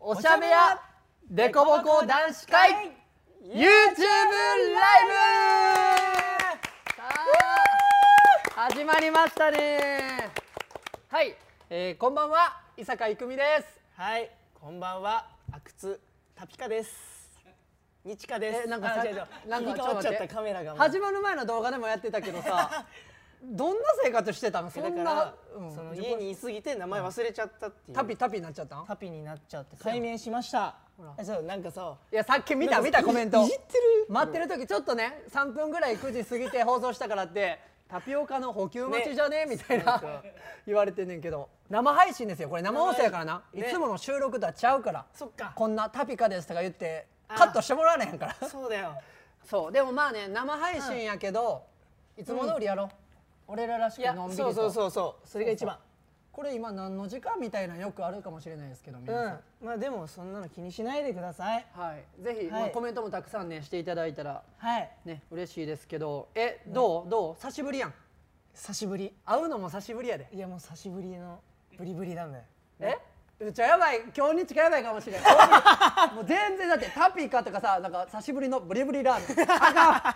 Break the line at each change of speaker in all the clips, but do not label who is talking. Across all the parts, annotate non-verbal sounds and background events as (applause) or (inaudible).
おしゃべやデコボコ男子会 YouTube ライブさあ始まりましたねはい、えーこんばんは伊坂郁美です
はい、こんばんは、阿久津タピカです。にちかです。
えなんかさ
あ違う違う
なんか
切り
ちょっ
替わっちゃっ
と待って
たカメラがもう。
始まる前の動画でもやってたけど
(laughs)
さどんな生活してたのそ
だ
ん
か
な
ら、、
うん
その家にいすぎて名前忘れちゃったっていう。
タピタピになっちゃったの
タピになっちゃって解明しました。えそうなんかさ、
いやさっき見
な
た
んか
見た
い
コメント
いじってる
待ってる時ちょっとね3分ぐらい9時過ぎて放送したからってタピオカの補給待ちじゃねみたい
な
なん
か
言われてんねんけど生配信ですよこれ生放送やからな、
生配信ね
いつもの収録とはちゃうから
そっか
こんな「タピカです」とか言って
あ
カットしてもらわれへんから
そうだよ。
そうでもまあね生配信やけど、いつも通りやろう、俺ららしく
いや
のんびりと
そうそうそうそう、それが一番。
これ今何の時間みたいなのよくあるかもしれないですけど
う
皆
ん
さん、、
まあでもそんなの気にしないでください。
はい、ぜひ、
はい
まあ、コメントもたくさんねしていただいたら
はい、
ね嬉しいですけどえどうどう久しぶりやん
久しぶり。
会うのも久しぶりやで
いやもう久しぶりのブリブリだね。
えうちはやばい今日日がやばいかもし
(laughs)
れないもう全然だってタピカとかさなんか久しぶりのブリブリラーメンあ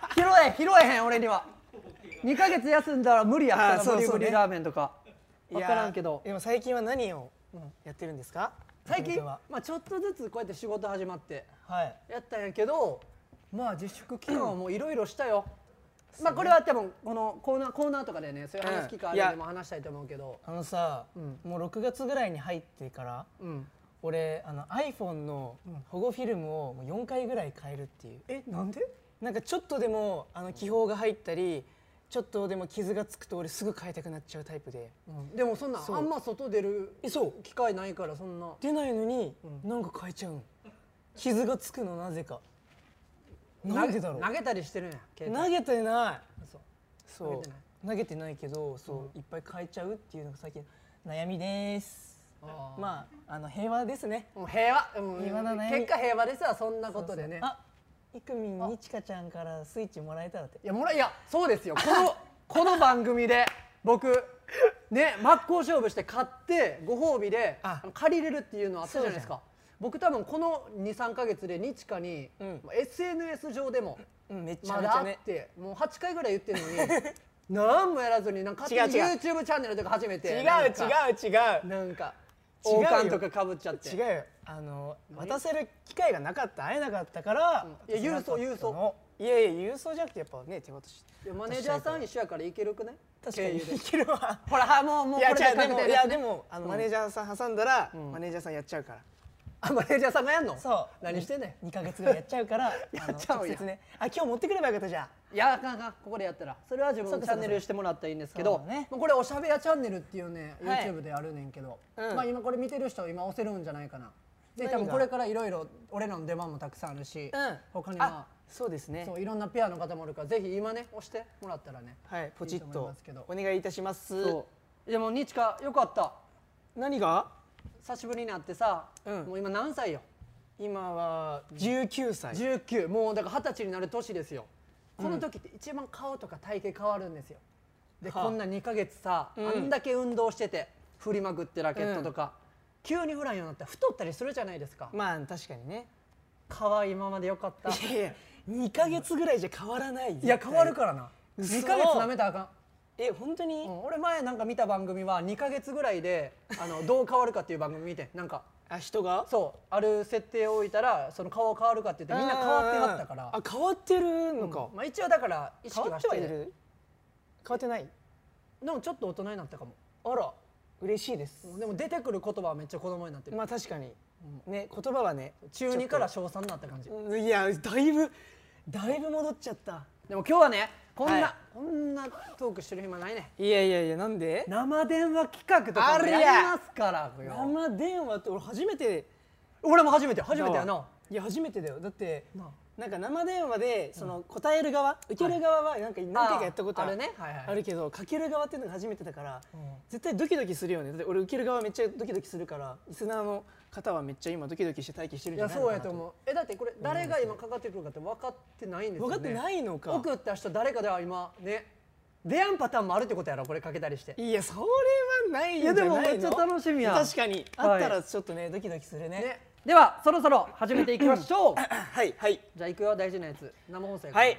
かん拾え拾えへん俺には2ヶ月休んだら無理や
あ
った
ーそ
の
う
ブリ
そ
ブ
うね
リラーメンとか分からんけど
いやでも最近は何をやってるんですか？
最近、
コメントは
まあ、ちょっとずつこうやって仕事始まって
はい。
やったんやけ
(clears throat)
どまあ自粛期間はもういろいろしたよ、まあこれは多分このコーナーコーナーとかでねそういう話機会あるんで
うん
も話したいと思うけど、
あのさ、
うん
もう6月ぐらいに入ってから
うん、
俺あの iPhone の保護フィルムをもう4回ぐらい変えるっていう
えなんで
なんかちょっとでもあの気泡が入ったりちょっとでも傷がつくと俺すぐ変えたくなっちゃうタイプで
でもそんな
そう
あんま外出る
えそう
機会ないからそんな
出ないのに、なんか変えちゃうの傷がつくのなぜかなんでだろう
投げたりしてるんや携帯
投げてない
そう
そう
投
投
げ
げ
て
て
な
ないいてないけどそう、いっぱい変えちゃうっていうのが最近悩みです
あー
まああの平和ですね
もう平和、うん
平和だね
結果平和ですわそんなことでね
あいくみんにちかちゃんからスイッチもらえたらって
いやもらいやそうですよこ
(laughs)
のこの番組で僕ね真っ向勝負して買ってご褒美で
あ
あの借りれるっていうのあったじゃないですか僕多分この23か月で日華に、
うん
まあ SNS 上でも
うんめちゃ
ま
めち
だあ
ゃ
っ
ね
てもう8回ぐらい言ってる
(laughs)
のに何もやらずになんか勝手に
違う違う
YouTube チャンネルとか始めて
違う違う
なんか
違
なんか
違うよ
王冠とかかぶっちゃって
う違うよあの渡せる機会がなかった会えなかったから、
うんいや
渡せなかったの
郵送
いやいや郵送じゃなくてやっぱね手渡し
いやマネージャーさん一緒やからいけるくね
確かに
経由で
いけるわ
ほらはもうもう
い
こ
や
れで
違うで
確
(laughs) も
定です
いや
ね
でもあのマネージャーさん挟んだら、
ん
マネージャーさんやっちゃうから
あマネージャーさんがやんの
そう
何してんねん
2か月ぐ (laughs) らいやっちゃうから
や
あの
っちゃうよ
直接ねあ今日持ってくればよかったじゃん
いやあかんあかんここでやったらそれは自分
そ
の
う
チ
か
ャンネルしてもらったらいいんですけ
そ
ど
うだね
まあこれ「おしゃべやチャンネル」っていうね
はい
YouTube であるねんけど、
うん
まあ今これ見てる人は今押せるんじゃないかなで多
何が
分これからいろいろ俺らの出番もたくさんあるし、
うん
他には
あそうですね
そういろんなペアの方もいるからぜひ今ね押してもらったらね
はいポチ
い
ッ
いと思い
と
ますけど
お願いいたします
そうでもにちかよかった
何が
久しぶりに会ってさ、
うん
もう今何歳よ
今は19歳
19もうだから二十歳になる年ですよこの時って一番顔とか体型変わるんですよで、
はあ
こんな2ヶ月さ、
うん
あんだけ運動してて振りまくってラケットとか、急にフライになったら太ったりするじゃないですか
まあ確かにね
可愛いままでよか (laughs) ったい
いやいや2か月ぐらいじゃ変わらない
や変わるかららな
嘘
2ヶ月なめたらあかん
え本当に、
うん俺前なんか見た番組は2ヶ月ぐらいであのどう変わるかっていう番組見てなんか
あ人が
そうある設定を置いたらその顔変わるかって言ってみんな変わってはったから
あ変わってるのか、
まあ、一応だから意
変
識
わ
は
っ
してて
は
る
いる変わってない
でもちょっと大人になったかも
あら嬉しいです、
でも出てくる言葉はめっちゃ子供になってる、
まあ確かに、ね言葉はね
中2から小3になった感じ
うんいやだいぶだいぶ戻っちゃった
でも今日はねこんな、
はい
こんなトークしてる暇ないね
いやいやいやなんで
生電話企画とかも
あり
や
ゃ
りますからよ
生電話って俺初めて
俺も初めて初めてや
だ
な
わいや初めてだよだって
なあ
なんか生電話でその答える側、受ける側はなんか何回かやったこと
あ
あ
あ
る
るねはいはい
あるけどかける側っていうのが初めてだから、
うん
絶対ドキドキするよねだって俺受ける側めっちゃドキドキするからリスナーの方はめっちゃ今ドキドキして待機してるん
いや
じゃないの
そう
か
や
な
と思うえだってこれ誰が今かかってくるかって分かってないんですよ、
分
ね、
かってないのか
送った人誰かでは今ね出やんパターンもあるってことやろこれかけたりして
いやそれはないん
い
じ
や
ゃな
で
いの
もめっちゃ楽しみやん
確かに、
はい
あったらちょっとねドキドキするね
ねではそろそろ始めていきまし (laughs) ょう
はいはい
じゃあいくよ大事なやつ生放送やから
はい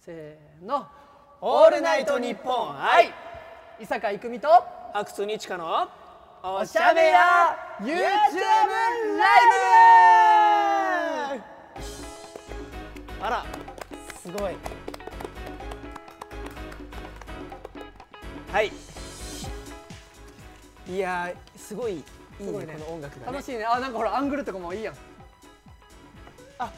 せーの
オールナイトニッポンはい
伊坂郁美と
阿久津にちかのお
お
しゃべや
YouTube
ラ
ライ
イブあら
すごい
はい
いやーすごいいいね
すごいね
この音楽
ブ
がね
楽しいねあなんかほらアングルとかもいいやん
あ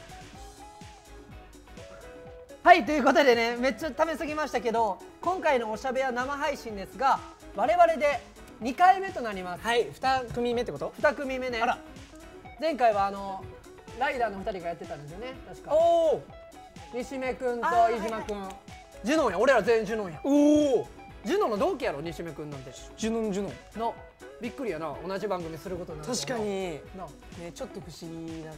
はいということでねめっちゃ食べ過ぎましたけど今回のおしゃべや生配信ですが我々で2回目となります、
はい2組目ってこと
2組目ね
あら
前回はあのライダーの2人がやってたんですよね確か
おー
西目くんと
あー
飯島くんジュノンや俺ら全員ジュノンや
おお
ジュノンの同期やろ西目くんなんて
ジュノンジュノン
のびっくりやな同じ番組することになる
確かに
な
ねちょっと不思議な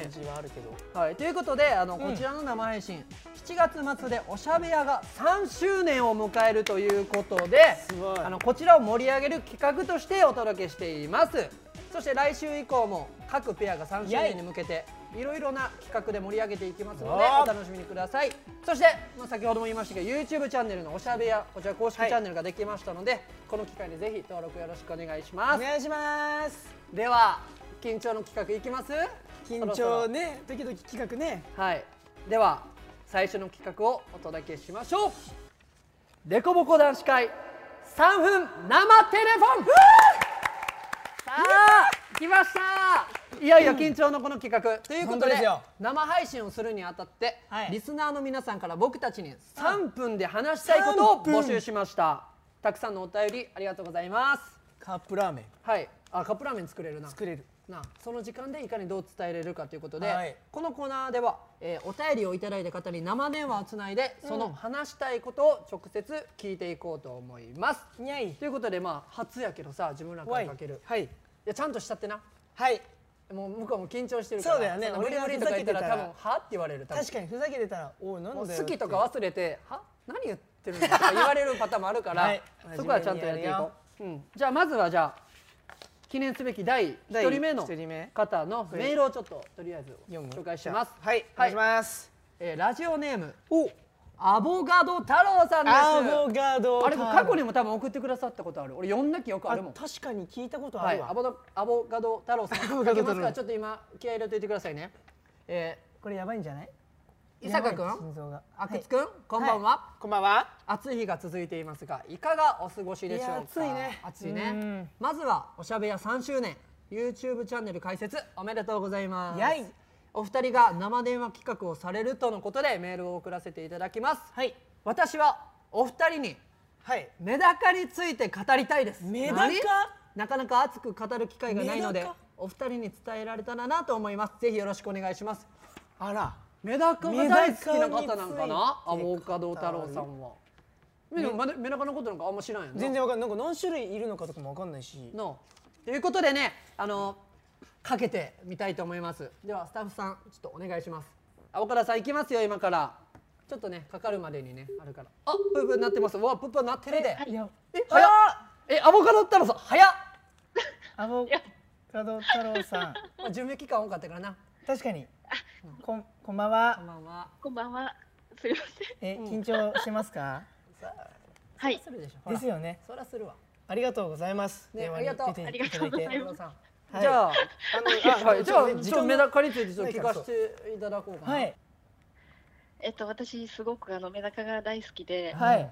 感じはあるけど、
はい、ということであの、こちらの生配信7月末でおしゃべやが3周年を迎えるということです
ごい
あのこちらを盛り上げる企画としてお届けしていますそして来週以降も各ペアが3周年に向けていろいろな企画で盛り上げていきますので
わあ
お楽しみにくださいそして、まあ、先ほども言いましたけど YouTube チャンネルのおしゃべやこちら公式チ
はい
ャンネルができましたので、この機会にぜひ登録よろしくお願いしま
お
す
願いします
では緊張の企画いきます
緊
そろそろ
張ねドキドキ企画ね
はい、では最初の企画をお届けしましょうデコボコ男子会3分生テレフォンさあ来ましたいよいよ緊張のこの企画、というこ
本
と
当
で
ですよ
生配信をするにあたって、
はい
リスナーの皆さんから僕たちに3分で話したいことを募集しましたたくさんのお便りありがとうございます
カップラーメン
はいあカップラーメン作れるな
作れる
なあその時間でいかにどう伝えれるかということで、
はい
このコーナーでは、えーお便りをいただいた方に生電話をつないでその話したいことを直接聞いていこうと思います。
にゃい
ということでまあ初やけどさ自分らか
わ
ら
い
かける
はい
いやちゃんとしたってな
はい
もう向こうも緊張してるから
そうだよね
んな無理無理とか言ったら多
俺がふざけてたら
分はって言われる多分
確かにふざけてたらおうなんだ
も
よ
う
って
好きとか忘れては何言ってるのとか言われるパターンもあるから、
はい
そこはちゃんとやっていこう、うん、じゃあまずはじゃあ記念すべき第1人目の
第一人目
方のメールをちょっととりあえず
読む
紹介します、
はいお願いします
えーラジオネーム
お
アボガド太郎さんです
アボガド
あれ過去
に
にも多分送ってくださったことある俺読んだ記憶あ
あ
るもん
確かに聞いたことあ
はい、
る
ア
わ
ボドアボガド太郎さん書
(laughs) ボガド
きま
太郎
すからちょっと今気合い入れておいてくださいねえ
これやばいんじゃない
ー伊坂君
やばい心臓が
阿久津
は
君、こんばんは、
いこんばんは
暑い日が続いていますがいかがお過ごしでしょうか
いや暑いね
暑いうね
ん
まずはおしゃべや3周年 YouTube チャンネル開設おめでとうございます
やい
お二人が生電話企画をされるとのことでメールを送らせていただきます
はい
私はお二人に
はい
メダカについて語りたいです
メダカ
何なかなか熱く語る機会がないの
メ
で
ダカ
お二人に伝えられたらなと思いますぜひよろしくお願いします
あら
メダカが大好きな方なんかなア
メダカに
ボ
ついて
カド太郎さんはでもまだメダカのことなんかあんま知らんよね
全然わかんないなんか何種類いるのかとかもわかんないし
のということでねあのかけてみたいと思いますではスタッフさんちょっとお願いしますあ岡田さん行きますよ今からちょっとねかかるまでにねあるからあプープーなってますうわプープーなってるで
いや
え早っえアボカド太郎さん早っ
アボカド太郎さん
まあ準備期間多かったからな
確かにこんこんばん
こん
は
ばんは
こんばんは。すみません。
え緊張してますか
はい。
するでしょ (laughs) ほら
ですよね
そらするわ
ありがとうございます
ね
電話
あり
に
がとう
出ていただい
ありがとうござ
て
い
太郎さ
ま
ん
はい
じゃあ
あ
(laughs)
の
はいじゃあ
ね
ちょっとメダカについてちょっと聞
な
か
いから
せていただこうかな
はい
えっと私すごくあのメダカが大好きで、
はい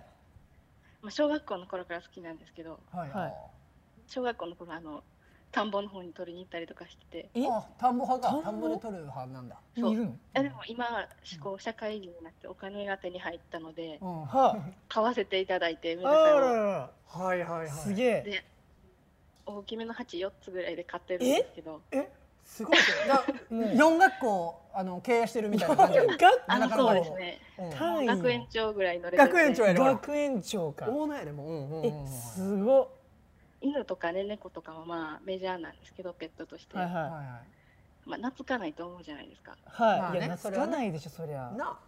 まあ小学校の頃から好きなんですけど、
はい
はい
小学校の頃あの田んぼの方に取りに行ったりとかしてて、
え
あ田んぼ派
田
か田
んぼ
んぼで取る派なんだ
い
そう
るの
あでも今こう社会人になってお金が手に入ったので
うんは
は
買わせていただいてメ
あ
ダ
あ
カ
ら
を
いは
ら
いは
ら
い
すげ
(laughs)
え
で大きめの鉢4つぐらいで買ってるんですけど、
すごいです (laughs) よ。
もう
四学校あの経営してるみたいな (laughs) 感じ。
あの
なかなか
そう
の
ですね。
うん
単位
学園長ぐらいのレベルで
学園長やろ。
学園長か
大名やでもう。うんうんう
え
んうん
すごっ
犬とかね猫とかはまあメジャーなんですけどペットとして、
はい
はい
は
は
まあ懐かないと思うじゃないですか。
いはい
まあ
い
ね
や
それ
懐
は
か
ね
ないでしょそりゃ
い。な。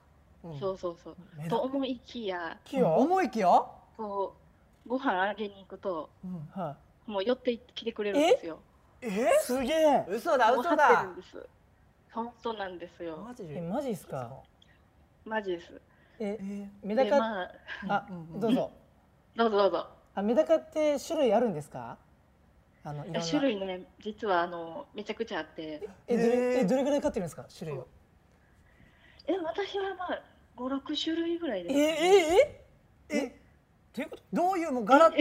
うん
そうそうそう。
メダ
と思いきや
器用
思いきよ。
こうご飯あげに行くと
うん
は
もう寄ってきてくれるんですよ。
え
すげえ
嘘だ
もう
嘘
張って
だ
るんです本当なんですよ
マジ
えマジっすか
マジです
えメダ
で
カ
まあ
あどうぞ
どうぞどうぞ
あメダカって種類あるんですかあのいろんな
種類ね実はあのめちゃくちゃあって
えど
えー
れえどれぐらい飼ってるんですか種類を
え私はまあ56種類ぐらいです、
え
え
どういうこと
どういうもう (laughs) 柄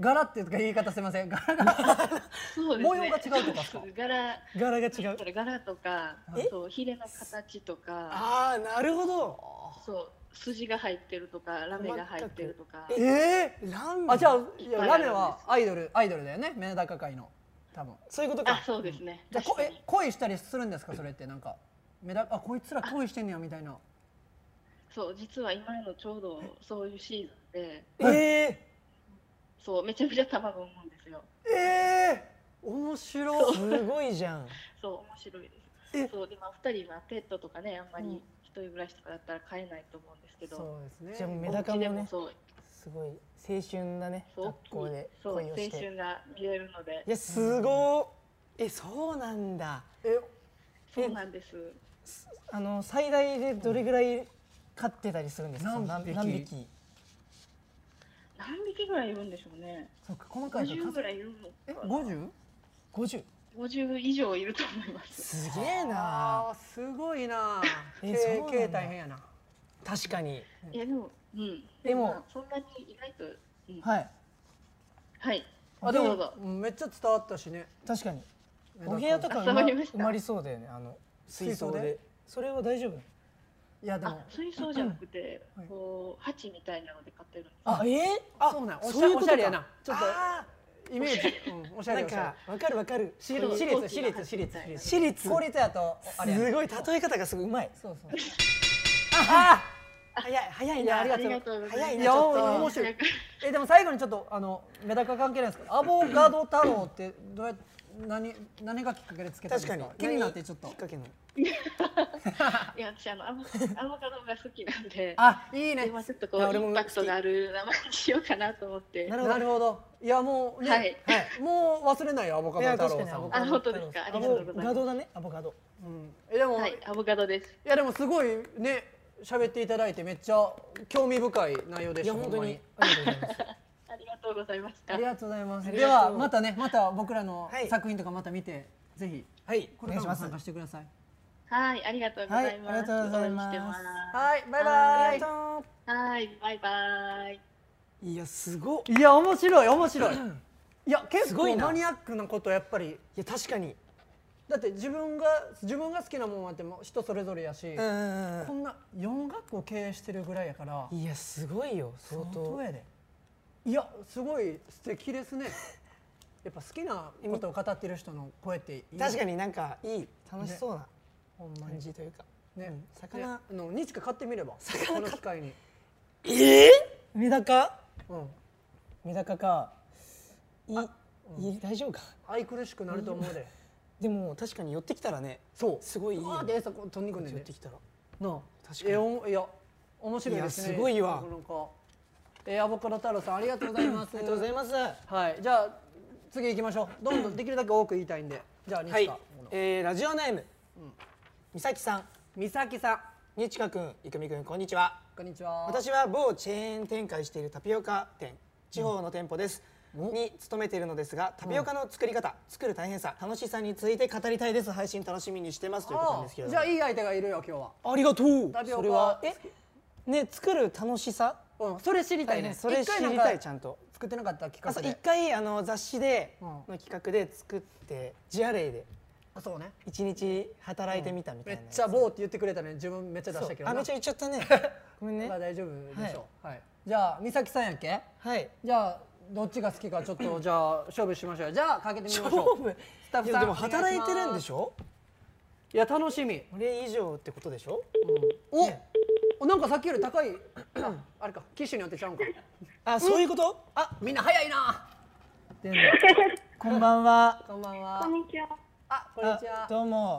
柄っていうか言い方すみません柄が
そうですね
模様が違うとかですか
(laughs) 柄
柄が違う
それ柄とか
え
そうヒレの形とか
ああなるほど
そう筋が入ってるとかラメが入ってるとか
ええ
ラーメン
あじゃあ
いっ
いや
ぱい
ラ
あるんです
メはアイドルアイドルだよねメダカ界の多分
そういうこと
あ
か
そうですね
じゃあ
確
こ
か
え
に
恋したりするんですかそれってなんかメダあこいつら恋してんねやみたいな
そう実は今のちょうどそういうシーズンで
え
そうめちゃくちゃ卵を産むんですよ
ええ面白い
すごいじゃん
そう面白いです
え
そうでまあ2人はペットとかねあんまり一人暮らしとかだったら飼えないと思うんですけど、
そうですね
じゃあ
お
メ
家
ダカも
で
ね
そう
すごい青春だね
そう大
学校
きい
で
そう
恋
青
をして
春が見れるので
いやすご
えそうなんだ
え
そうなんです
いあの最大でどれぐらい飼ってたりするんですか
何
その
匹
何匹
何匹ぐらいいるんでしょうね
そっか細かい
50ぐらいいる
え
のかな
五十
50
50以上いると思います
すげえな
あーすごいな
え
経
そうなんだ
経大変やな
確かに
いやでもうん
でも
まあそんなに意外とうん
はい
はい
あで
ど
も
うぞ
うんめっちゃ伝わったしね
確かに
メダカ
お部屋とか埋ま
あ触りました
埋まりそうだよねあの
水槽
水槽
で
で
それは大丈夫なの
いやで
あ
も
水槽じゃなくて
はい
こう鉢みたいなので飼ってるんです
あえー
あそうなんおし
そう
ゃ
いうこ
お
と
し
か
ゃれやなちょっ
あ
とイメージうんおし
ー
ゃ
な
れ
ん
おしゃ
かわかるわかる
れ私
そう
立私立私立私立私立公立やとあれや
すごい例え方がすごいうまい
そうそう
ああ早い早いな
ありがとう
ござい
早
ます
い
い
なち
や
ょっと
面白い。えでも最後にちょっとあのメダカ関係ないですけど、アボガド太郎ってどうやって何何がきっかけでつけたんで
確
すか。
かに
気になってちょっと
きっ。かけの
いや私あのアボアボカドが好きなんで
あいいね。
今ちょっとこ
いや
うイ
俺も
ンパクトがある名前にしようかなと思って
なるほど
なるほど。いやもうね、
はい
もう忘れないよアボカ
い
ド
や
太
確か
郎
に
さ
ア
ん
ボ
も。
カド
あ本当ですか
太郎さん
ありがと
アボガ
うございます
ドだねアボカド
うんえでも、
はいアボカドです
いやでもすごいね喋っていただいてめっちゃ興味深い内容で
い
した。
や本当
ほんま
にありがとうございます
ありがとうございまし
ありがとうございます。
あ
た
り
で
がとう
はまたねまた僕らの
はい
作品とかまた見てぜひ
はい
これから
お願い
も
します
参加してください。
はいありがとうございます、
はいありがとうございます
応援してま
はいバイバ
あ
イ
りが。すはいバイバイ
いやすごっ
いや面白い面白いいや結
すごい
構
な
マニアックなことやっぱり
いや確かに
だって自分が自分が好きなもんはってもう人それぞれやし、
うんうん
こんな4学校経営してるぐらいやから
うんいやすごいよ相
相当
当
やでいやすごい素敵ですね (laughs) やっぱ好きなことを語ってる人の声っていい
確かになんかいい楽しそうな
ほんま
感
に
じというか
ね
うん魚
ねあの日か買ってみればこの機会に、
ええメダカ
うん、
メダカかいい大丈夫か
愛くるしくなると思うで
でも確かに寄ってきたらね
そう
すごいいいよ
あでそこ飛んでくんねん
寄っ
ね
てきたら
なあ
確かに
えおいや面白いですね
いやすごいわ
なかなかえーアボカド太郎さんありがとうございます
ありがとうございます
はいじゃあ次行きましょうどんどんできるだけ多く言いたいんでじゃあ西
はい
川、
えー、ラジオネーム、みさきさん
美咲さん
にちかくんいくみくんこんにちは
こんにちは
私は某チェーン展開しているタピオカ店地方の店舗です、に勤めているのですがタピオカの作り方、作る大変さ楽しさについて語りたいです配信楽しみにしてますということなん
あ
ですけれ
ー
ど
じゃあいい相手がいるよ今日は
ありがとう
タピオカ
それはえね作る楽しさ
うんそれ知りたい
大変
ね
それ
一
知
回なん
り
か
たいちゃんと
作ってなかった企
あ
画
そう
で
一回あの雑誌で
うん
の企画で作ってジアレイで
あそうね
一日働いてみたみた
め
い
っ
なやつ、
ちゃ棒って言ってくれたのに自分めっちゃ出したけど
あ
な
めっちゃ言っちゃったね
(laughs)
ごめんね
まあ大丈夫でしょうはいじゃあ美咲さんやっけ
はい
じゃあどっちが好きかちょっとじゃあ勝負しましょうじゃあかけてみまし
勝
ょう
負
スタッフ
い
さ
や
ん
でも働いてるんでし
ょ
ょ
いや楽しみ
これ以上ってことでしょ
お、
ね
おなんかさっきより高い (clears throat) ああれか機種によってちゃうんか
あそういうこと
あみんな早いなでも
こんばんは
こんばんは
こんにちは
あこんにち
あ
は
どうも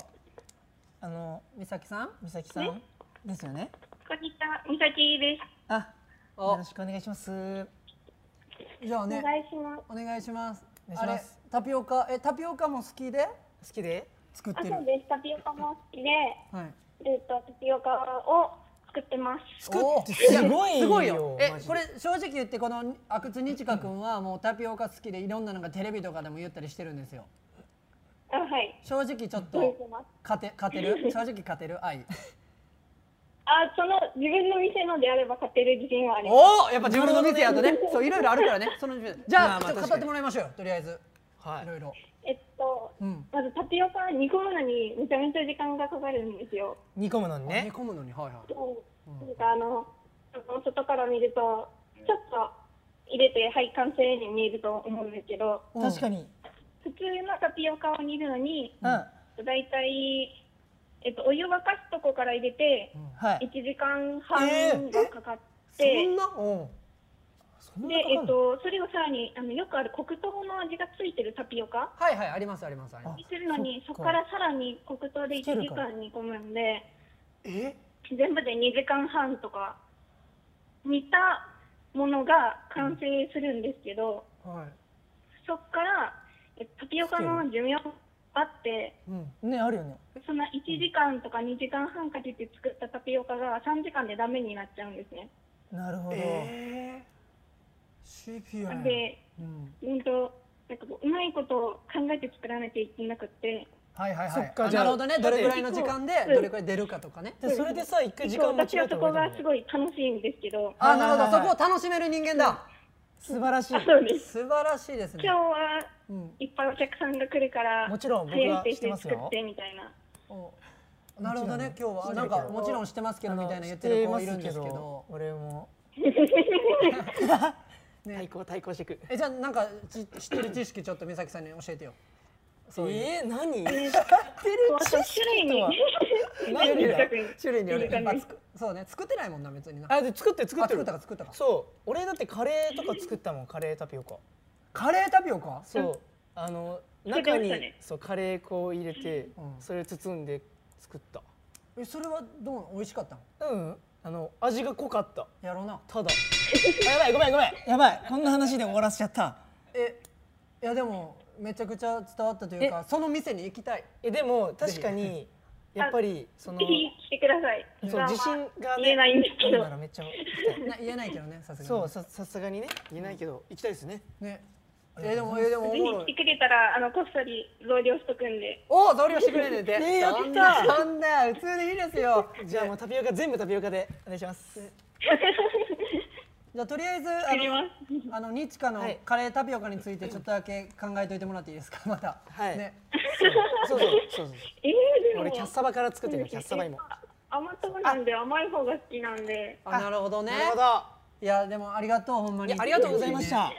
あの
みさきさん
美咲さんですよね
こんにちはみさきです
あよ
お
ろしくお願いします
じゃあね
いします。
お願いします
願い
あ
しま
れ
す
タピオカえタピオカも好きで、
好きで作っ
あ
て
そう
る
ですタピオカも好きで
はい、
ルートタピオカを作ってます
作って
おー
すごいよ
すごいよえ
マジ
こ
で
れ正直言ってこの阿久津にちかくんはもうタピオカ好きでいろんなのがテレビとかでも言ったりしてるんですよ
あはい
正直ちょっ
作って
と
ます
勝て勝てる正直勝てる愛
あその自分の店のであれば勝てる自信はあります
おおやっぱ自分の店やとねそういろいろあるからねそのじゃあ
まあま
ち
あ
ょっと語
確か
っ
に
てもらいましょうよとりあえず
はい
いろいろ
えっと、
うん
まずタピオカ煮込むのにめちゃめちゃ時間がかかるんですよ
煮込むのに
煮
ね
込むのにはいはい
そうなんかあのあの外から見るとちょっと入れてはい完成に見えると思うんですけど
うん
確かに
普通のタピオカを煮るのに
うんは
だいたいえっとお湯沸かすとこから入れて
い
1時間半がかかって、
なうんそん
で
なか
え
か
っ
んの
と、それをさらにあのよくある黒糖の味がついてるタピオカ
はいはいありますありますあります
にするのに
そ
そ
っか
こからさらに黒糖で1
つける
時
から
間煮込むんで
え
全部で2時間半とか煮たものが完成するんですけど、
はい
そこからえタピオカの寿命があって
うんねあるよね
その1時間とか2時間半かけて作ったタピオカが3時間でダメになっちゃうんですね。
なるほど
え
シ
で、うんとなんかこううまいことを考えて作らなきゃいけなくって。
はいはい
そ
は
っ
い
か
あ
じゃ
な
あ
るほどねどれぐらいの時間で
うん
どれくらい出るかとかね
でそれでさ一回時間間違
私は
えたら
そこ
終わ
が
り
す
だもんね
ごい楽しいんですけど、
あなるほ
はい
ど
は
そ
い
こ
はい
を楽しめる人間だ
素晴らしい
あそうです
素晴らしいですね
今日は
うん
いっぱいお客さんが来るから
もちろん僕
早
はい
ペー
知っ
ス
て
で
ます
作っ
よ
てみたいな
おなるほどね今日はなん
知って
か
るけど
もちろんしてますけど
あの
みたいな言ってる子いるんですけど
俺も
ー、対抗対抗していく
えじゃあなんか知知ってる知識ちょっと美咲さんに教えてよ
えー何
あと種類に
何だ
種類による
いい感じ
あつくそうね作ってないもんな別にな
あで作ってる作
あ
って
作っ
る
たか作ったか
そう俺だってカレーとか作ったもんカレータピオカ
カレータピオカ
そうあの
作ってま
中
し
に
たね
そうカレー粉を入れて
うん
それを包んで作った
えそれはどう美味しかったの
うんあの味が濃かった
やろうな
ただあやばいごめんごめんやばいこんな話で終わらせちゃった
えいやでもめちゃくちゃ伝わったというかその店に行きたい
えでも確かにやっぱり (laughs) その
ぜひ (laughs) 来てください
そう自信が
言えな
ね
いんですけど
ならめっちゃ行きたい
な言えないけどねさすがに
そうささすがにね言えないけど行きたいですね
ねえでもえでもおもろ
ぜひ来
い
てくれたらあのこっそり増量しとくんで
おお増量してくれねんて
ねえやった
そんなそんな普通でいいですよ
じゃあもうタピオカ全部タピオカでお願いします
じゃあとりあえず
作りま
あ
す
のあの日課の
はい
カレータピオカについてちょっとだけ考えといてもらっていいですかま (laughs) た
はい
ね
そうそうそう (laughs) そう
えー、でも
俺キャッサバから作ってるからキャッサバ芋
甘党なんで甘い方が好きなんで
あなるほどね
なるほど
いやでもありがとうほんま
い
に
やありがとうございました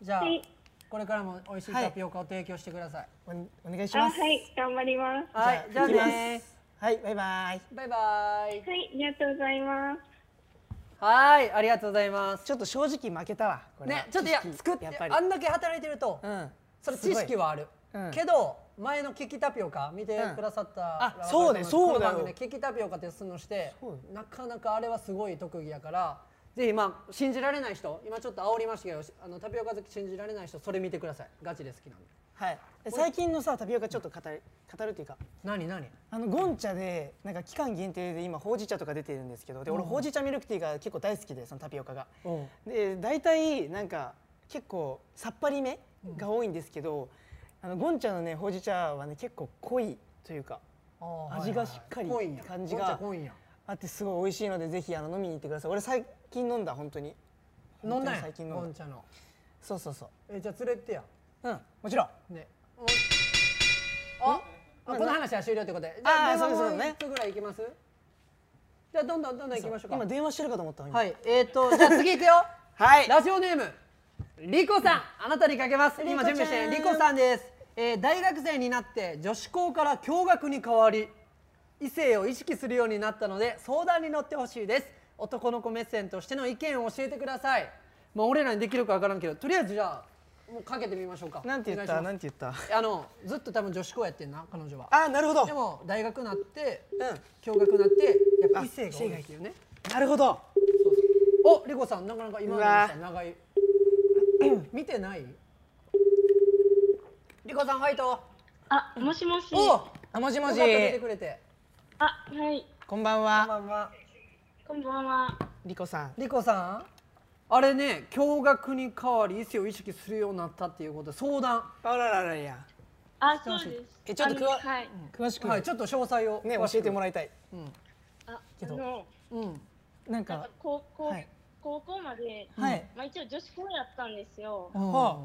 じゃあ
はい
これからも美味しいタピオカを提供してください
おお願いし
あ
ます
はい頑張ります
はい、じゃあ
行きます
ね
はいバイバイ
バイバイ
はいありがとうございます
はいありがとうございます
ちょっと正直負けたわこれは
ねちょっといや
知識
作って
やっぱり
あんだけ働いてると、
うん
それ知識はある、
うん
けど前の「キキタピオカ」見て
うん
くださった
あ
ら
そう
わか
ね
ると思
そうだよ
この番組ねキキタピオカ」ってすんのして
そうよ
なかなかあれはすごい特技やからぜひまあ信じられない人今ちょっと煽りましたけどあのタピオカ好き信じられない人それ見てくださいガチで好きなんで
はいで最近のさタピオカちょっと語る語るというか
何何
あのゴンチャでなんか期間限定で今ほうじ茶とか出てるんですけどで俺ほうじ茶ミルクティーが結構大好きでそのタピオカが
うん
で大体なんか結構さっぱりめが多いんですけど、あのゴンチャのねほうじ茶はね結構濃いというか味がしっかり
濃いんや
感じが
紅茶濃いんや
あってすごい美味しいのでぜひあの飲みに行ってください俺最近飲んだ本当に
飲んだんや
本当に最近飲んだ
紅茶の
そうそうそ
えじゃあ連れてってや
ううんもちろん
ね。あ、あこの話は終了ということで。じゃあ
あー
電話
そうです
も
そうです
う一つぐらい行きます。じゃあどんどんどんどん行きましょう
今
か。
電話してるかと思ったのに
はい。えっ、ー、 (laughs) とじゃあ次行くよ。
はい
ラジオネームリコさん、あなたにかけます。今準備してるリコさんです。えー大学生になって女子校から共学に変わり異性を意識するようになったので相談に乗ってほしいです男の子目線としての意見を教えてくださいまあ俺らにできるかわからんけどとりあえずじゃあもうかけてみましょうか
なんて言っ
お願い
た
します
なんて言った
あのずっと多分女子校やってんな彼女は
あなるほど
でも大学なって
う
共学なってやっぱ
あ
異性が多いっていうね
んなるほど
そう
(clears throat)
そうおリコさんなかなか今のでした長い見てないリコさんファイト
あ、もしもし。
お
あ、
あもしも
よかっ
した
出てくれて
はい。
こんばん
こん
は
ばんは
こんばんは。
リコさん
リコさんあれね驚愕に変わり異性を意識するようになったっていうことで相談、
あらららいや
あ、そうです。
えちょっと
あ
く
の
わ
はい。
詳しく
はいちょっと詳細を
ね教えても
ら
らいたい
あ、
け
あ
ど
の、
うん
なん
なん
か
か高校、
はい
高校まで、
はい
まあ一応女子校やったんですよ。
は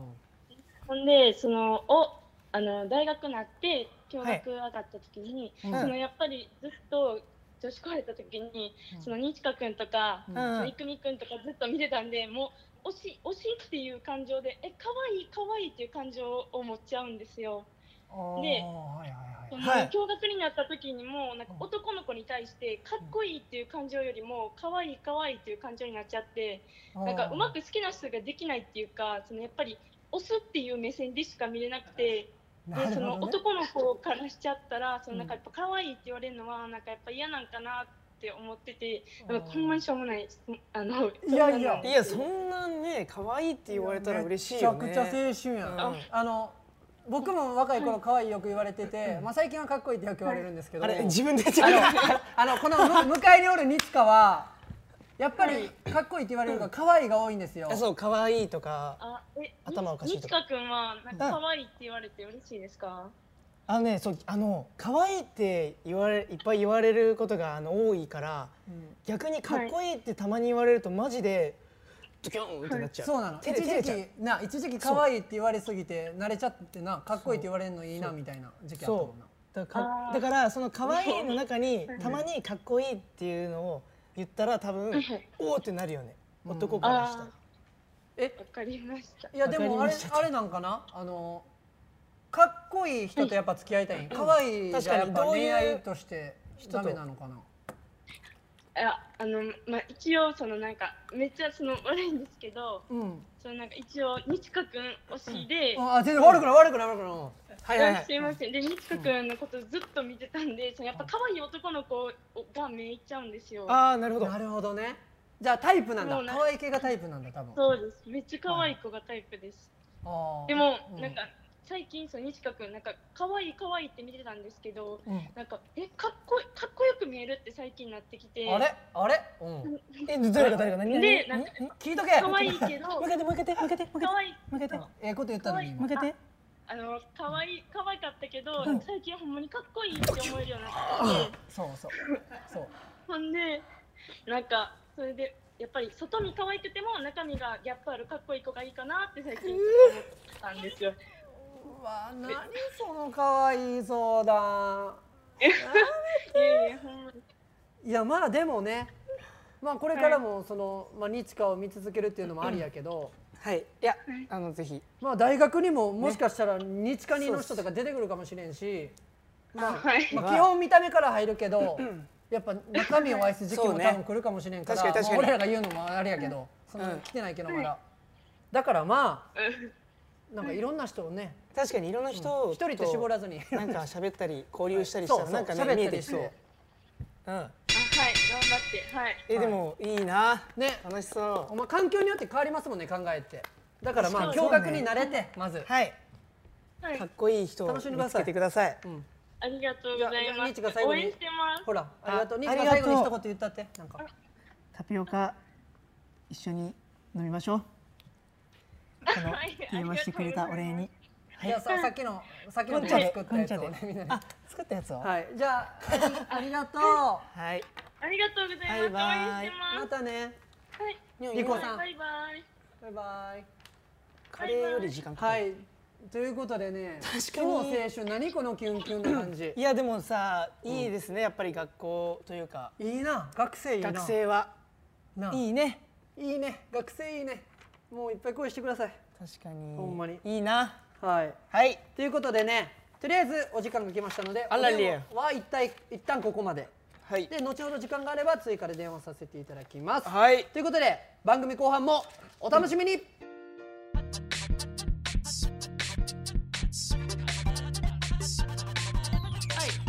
ほんで、その、お、あの、大学なって、共学上がった時に、
うん
そのやっぱりずっと女子校やった時に、その日香くんとか、
う
うんん
そのいくみくんとかずっと見てたんで、もう、推し、推しっていう感情で、え、可愛い可愛いっていう感情を持っちゃうんですよ。で
はいはい
そ
は
の
いはい
驚愕になった時にもなんか男の子に対してかっこいいっていう感情よりも可愛い可愛いっていう感情になっちゃってなんかうまく好きな人ができないっていうかそのやっぱり押すっていう目線でしか見れなくて
な
で
る
そ
ほ
の
どね
男の子からしちゃったらそのなんかやっぱ可愛いって言われるのはなんかやっぱ嫌なんかなって思っててなんかほんまにしょうもないあの
いやいや
そんなの
いやそんなね可愛いって言われたら嬉しいよね
めちゃくちゃ青春やん、
うん
あの僕も若い頃可愛いよく言われてて、まあ、最近はかっこいいってよく言われるんですけど、
あれ自分で言っち
あ
ゃう
のあのこのむ向 (laughs) かいにおるニツカはやっぱりかっこいいって言われるのが可愛いが多いんですよ
あ (laughs) そう可愛いとか
あえ
頭おかしい
に
と
ち
か
かくんはなんか可愛いって言われて嬉しいですか
あのねそうあの可愛いって言われいっぱい言われることがあの多いから、逆にかっこいいってたまに言われるとマジでドキョンってなっちゃう。
そうなの
照れ
一
照れ
時
ちゃう
期な一時期可愛いって言われすぎて慣れちゃってなかっこいいって言われるのいいなみたいな時期あったも
そ
んな
うだからだからその可愛いの中にたまにかっこいいっていうのを言ったら多分おーってなるよね男からしたら
あ。
え
わかりました
いやでもあ
わかり
れ
ました
あれなんかなあのかっこいい人とやっぱ付き合いたいん可愛いじゃやっ
確
ぱ
かにどういう
恋愛として
と
ダメなのかない
やあのまあ一応そのなんかめっちゃその悪いんですけど
うん
そのなんか一応にちかくん推しで、
あ全然悪くない悪くない悪くない
はいはいは
す
い。
いませんでにちかくんのことずっと見てたんでそのやっぱ可愛い男の子が目いっちゃうんですよ
ああなるほど。
なるほどねじゃあタイプなんだ
そうなん
可愛い系がタイプなんだ多分
そうですめっちゃ可愛い子がタイプです、
あー
でも、
うん
なんか最近そのにちかくんなんか可愛い可愛いって見てたんですけど、
うん
なんかえかっこいいかっこよく見えるって最近なってきて
あれあれ
うんえ誰が誰が何々
でなんか
聞いとけ
可愛いけど
向けて向けて向けて向けて
可愛い
向けて
ええこと言ったのに今
向けて。
あの可愛い可愛かったけど、最近ほんまにかっこいいって思えるようになってきて、
そうそうそう
ほんでなんかそれでやっぱり外見可愛くても中身がギャップあるかっこいい子がいいかなって最近ちょっと思ったんですよ。
うわ何その可愛い相談
いやいやほんまに
いやまあでもねまあこれからもその、まあ、日華を見続けるっていうのもありやけど、
はい。いやあのぜひ。
まあ大学にももしかしたら日華にの人とか出てくるかもしれんし、まあ
はい
まあ基本見た目から入るけど、やっぱ中身を愛す時期も多分来るかもしれんから、
そうね確かに確か
まあ
に
俺らが言うのもあれやけど、その来てないけどまだ、だからまあなんかいろんな人をね
確かにいろんな人と
一人と絞らずに (laughs)
なんか喋った (laughs) り交流したりしたらなんかね
喋
見
っ
え
た
て
り
き
し
そう。
て
うん。
あはい頑張ってはい
えでもいいな。
ね
楽しそ
まあ環境によって変わりますもんね考えってだからまあ
確
驚
かに
愕に慣れてまず
う。はい。
はい
かっこいい人を
楽
見
しんでくだ
つ
さい
けてください。
ありがとうござい
いやいや
ま
みち
す
が最後
応
に
援してます
ほらありがとう
あ
ニーズが
あ
最
りが
後
とう
に一言言ったってなんか
タピオカ一緒に飲みましょう。この
はい
電話してくれたお礼に。
じゃあささっきのさっきの
こん
茶
ちゃで
作ったやつを
こん
ね
ち
みんなで
あ作ったやつを。はい。
はいじゃあありがとう
ありがとうございます
バイバイ
応援して
ま
ま
たね
すはい
リコさん
バイバイ
バイバイ
カレーより時間かか
は
る。
いということでね
かに
今日青春何このキュンキュンな感じ
いやでもさいいですねやっぱり学校というか
いいな学生いいな
学生は
ない
いいね。
いいね学生いいねもういっぱい恋してください
確かに。
ほんまに
いいな。
はい
はい。
ということでねとりあえずお時間が来ましたので
あら
お
り
電
え
話は一体一旦ここまで
はい。
で後ほど時間があれば追加で電話させていただきます
はい。
ということで番組後半もお楽しみに、
はい、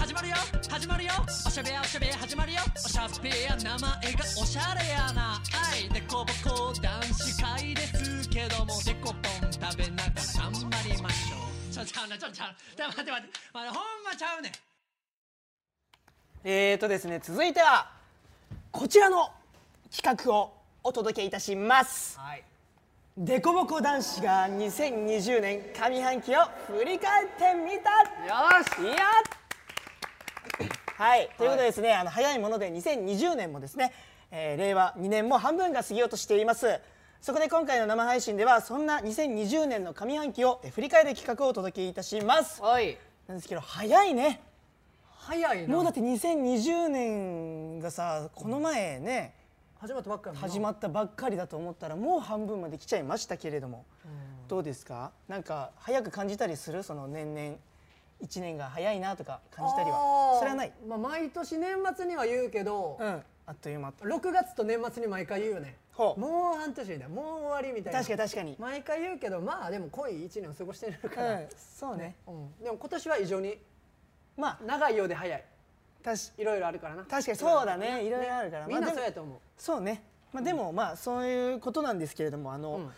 始まるよ始まるよおしゃべやおしゃべや始まるよおしゃべや名前がおしゃれやなはいでこぼこ男子会ですけどもでこぼん食べながら頑張りましょう
ちょちゃうなちょちゃうな待って待って待ってほんまちゃうねん
えーとですね続いてはこちらの企画をお届けいたします
はい
デコボコ男子が2020年上半期を振り返ってみた
よし
いやはいということでですね、あの早いもので2020年もですね、えー令和2年も半分が過ぎようとしていますそこで今回の生配信ではそんな2020年の上半期をえー振り返る企画をお届けいたします
はい
なんですけど早いね
早いな
もうだって2020年がさこの前ね、
始まったばっかり
始まったばっかりだと思ったらもう半分まで来ちゃいましたけれども、どうですかなんか早く感じたりするその年々1年が早いなとか感じたり
あ
は
ー
それはない、
まあ、毎年年末には言うけど、
うん、あっという間
6月と年末に毎回言うよね
ほう
もう半年だもう終わりみたいな
確かに確かに、
毎回言うけどまあでも濃い1年を過ごしてるか
う
ら、
ん、そうね
うんでも今年は異常に
まあ
長いようで早い
確か
いろいろあるからな
確かにそうだねいろいろあるから、
みん
ま
な
あ、
そ
で
う
も
やと思う
そうね、まあ、でもまあそういうことなんですけれどもあの、
うん
ま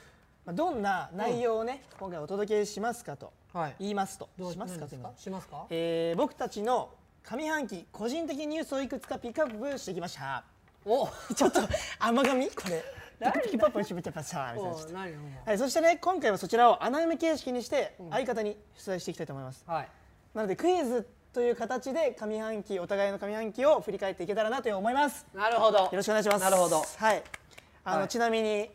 あ、どんな内容をね、今回お届けしますかと
はい
言いますと
どう
しますか
何で
という
す
の
か
は
しますか
えー僕たちの上半期個人的ニュースをいくつかピックアップしてき
(laughs)
ました
お
ちょっと甘噛みこ
(laughs)
れピキピキパッパンしぶっちゃったさみたいな
お何お前
はいそしてね今回はそちらを穴埋め形式にして相方に出題していきたいと思います、
はい
なのでクイズという形で上半期お互いの上半期を振り返っていけたらなと思います
なるほど
よろしくお願いします
なるほど
はいあの、
はい
ちなみに、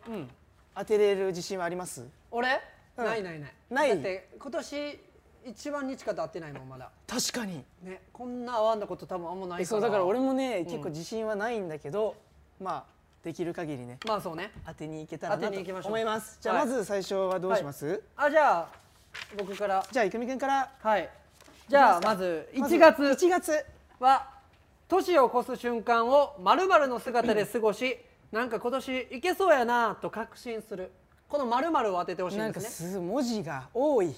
当てれる自信はあります
俺、
うん
ないないない
ない
だって今年一番に近と会ってないもんまだ
確かに
ねこんな合わんだこと多分あんまないから
そうだから俺もね、結構自信はないんだけどまあできる限りね
まあそうね
当てに行けたら
当
な
てに行きましょ
と
う
思いますじゃあ
はい
まず最初はどうします、
あじゃあ僕から
じゃあ郁美君から
はいじゃあまず1月
1月
は年を越す瞬間をまるの姿で過ごしなんか今年いけそうやなと確信するこのまるを当ててほしい
なんん
で
か
すね
す文字が多い
い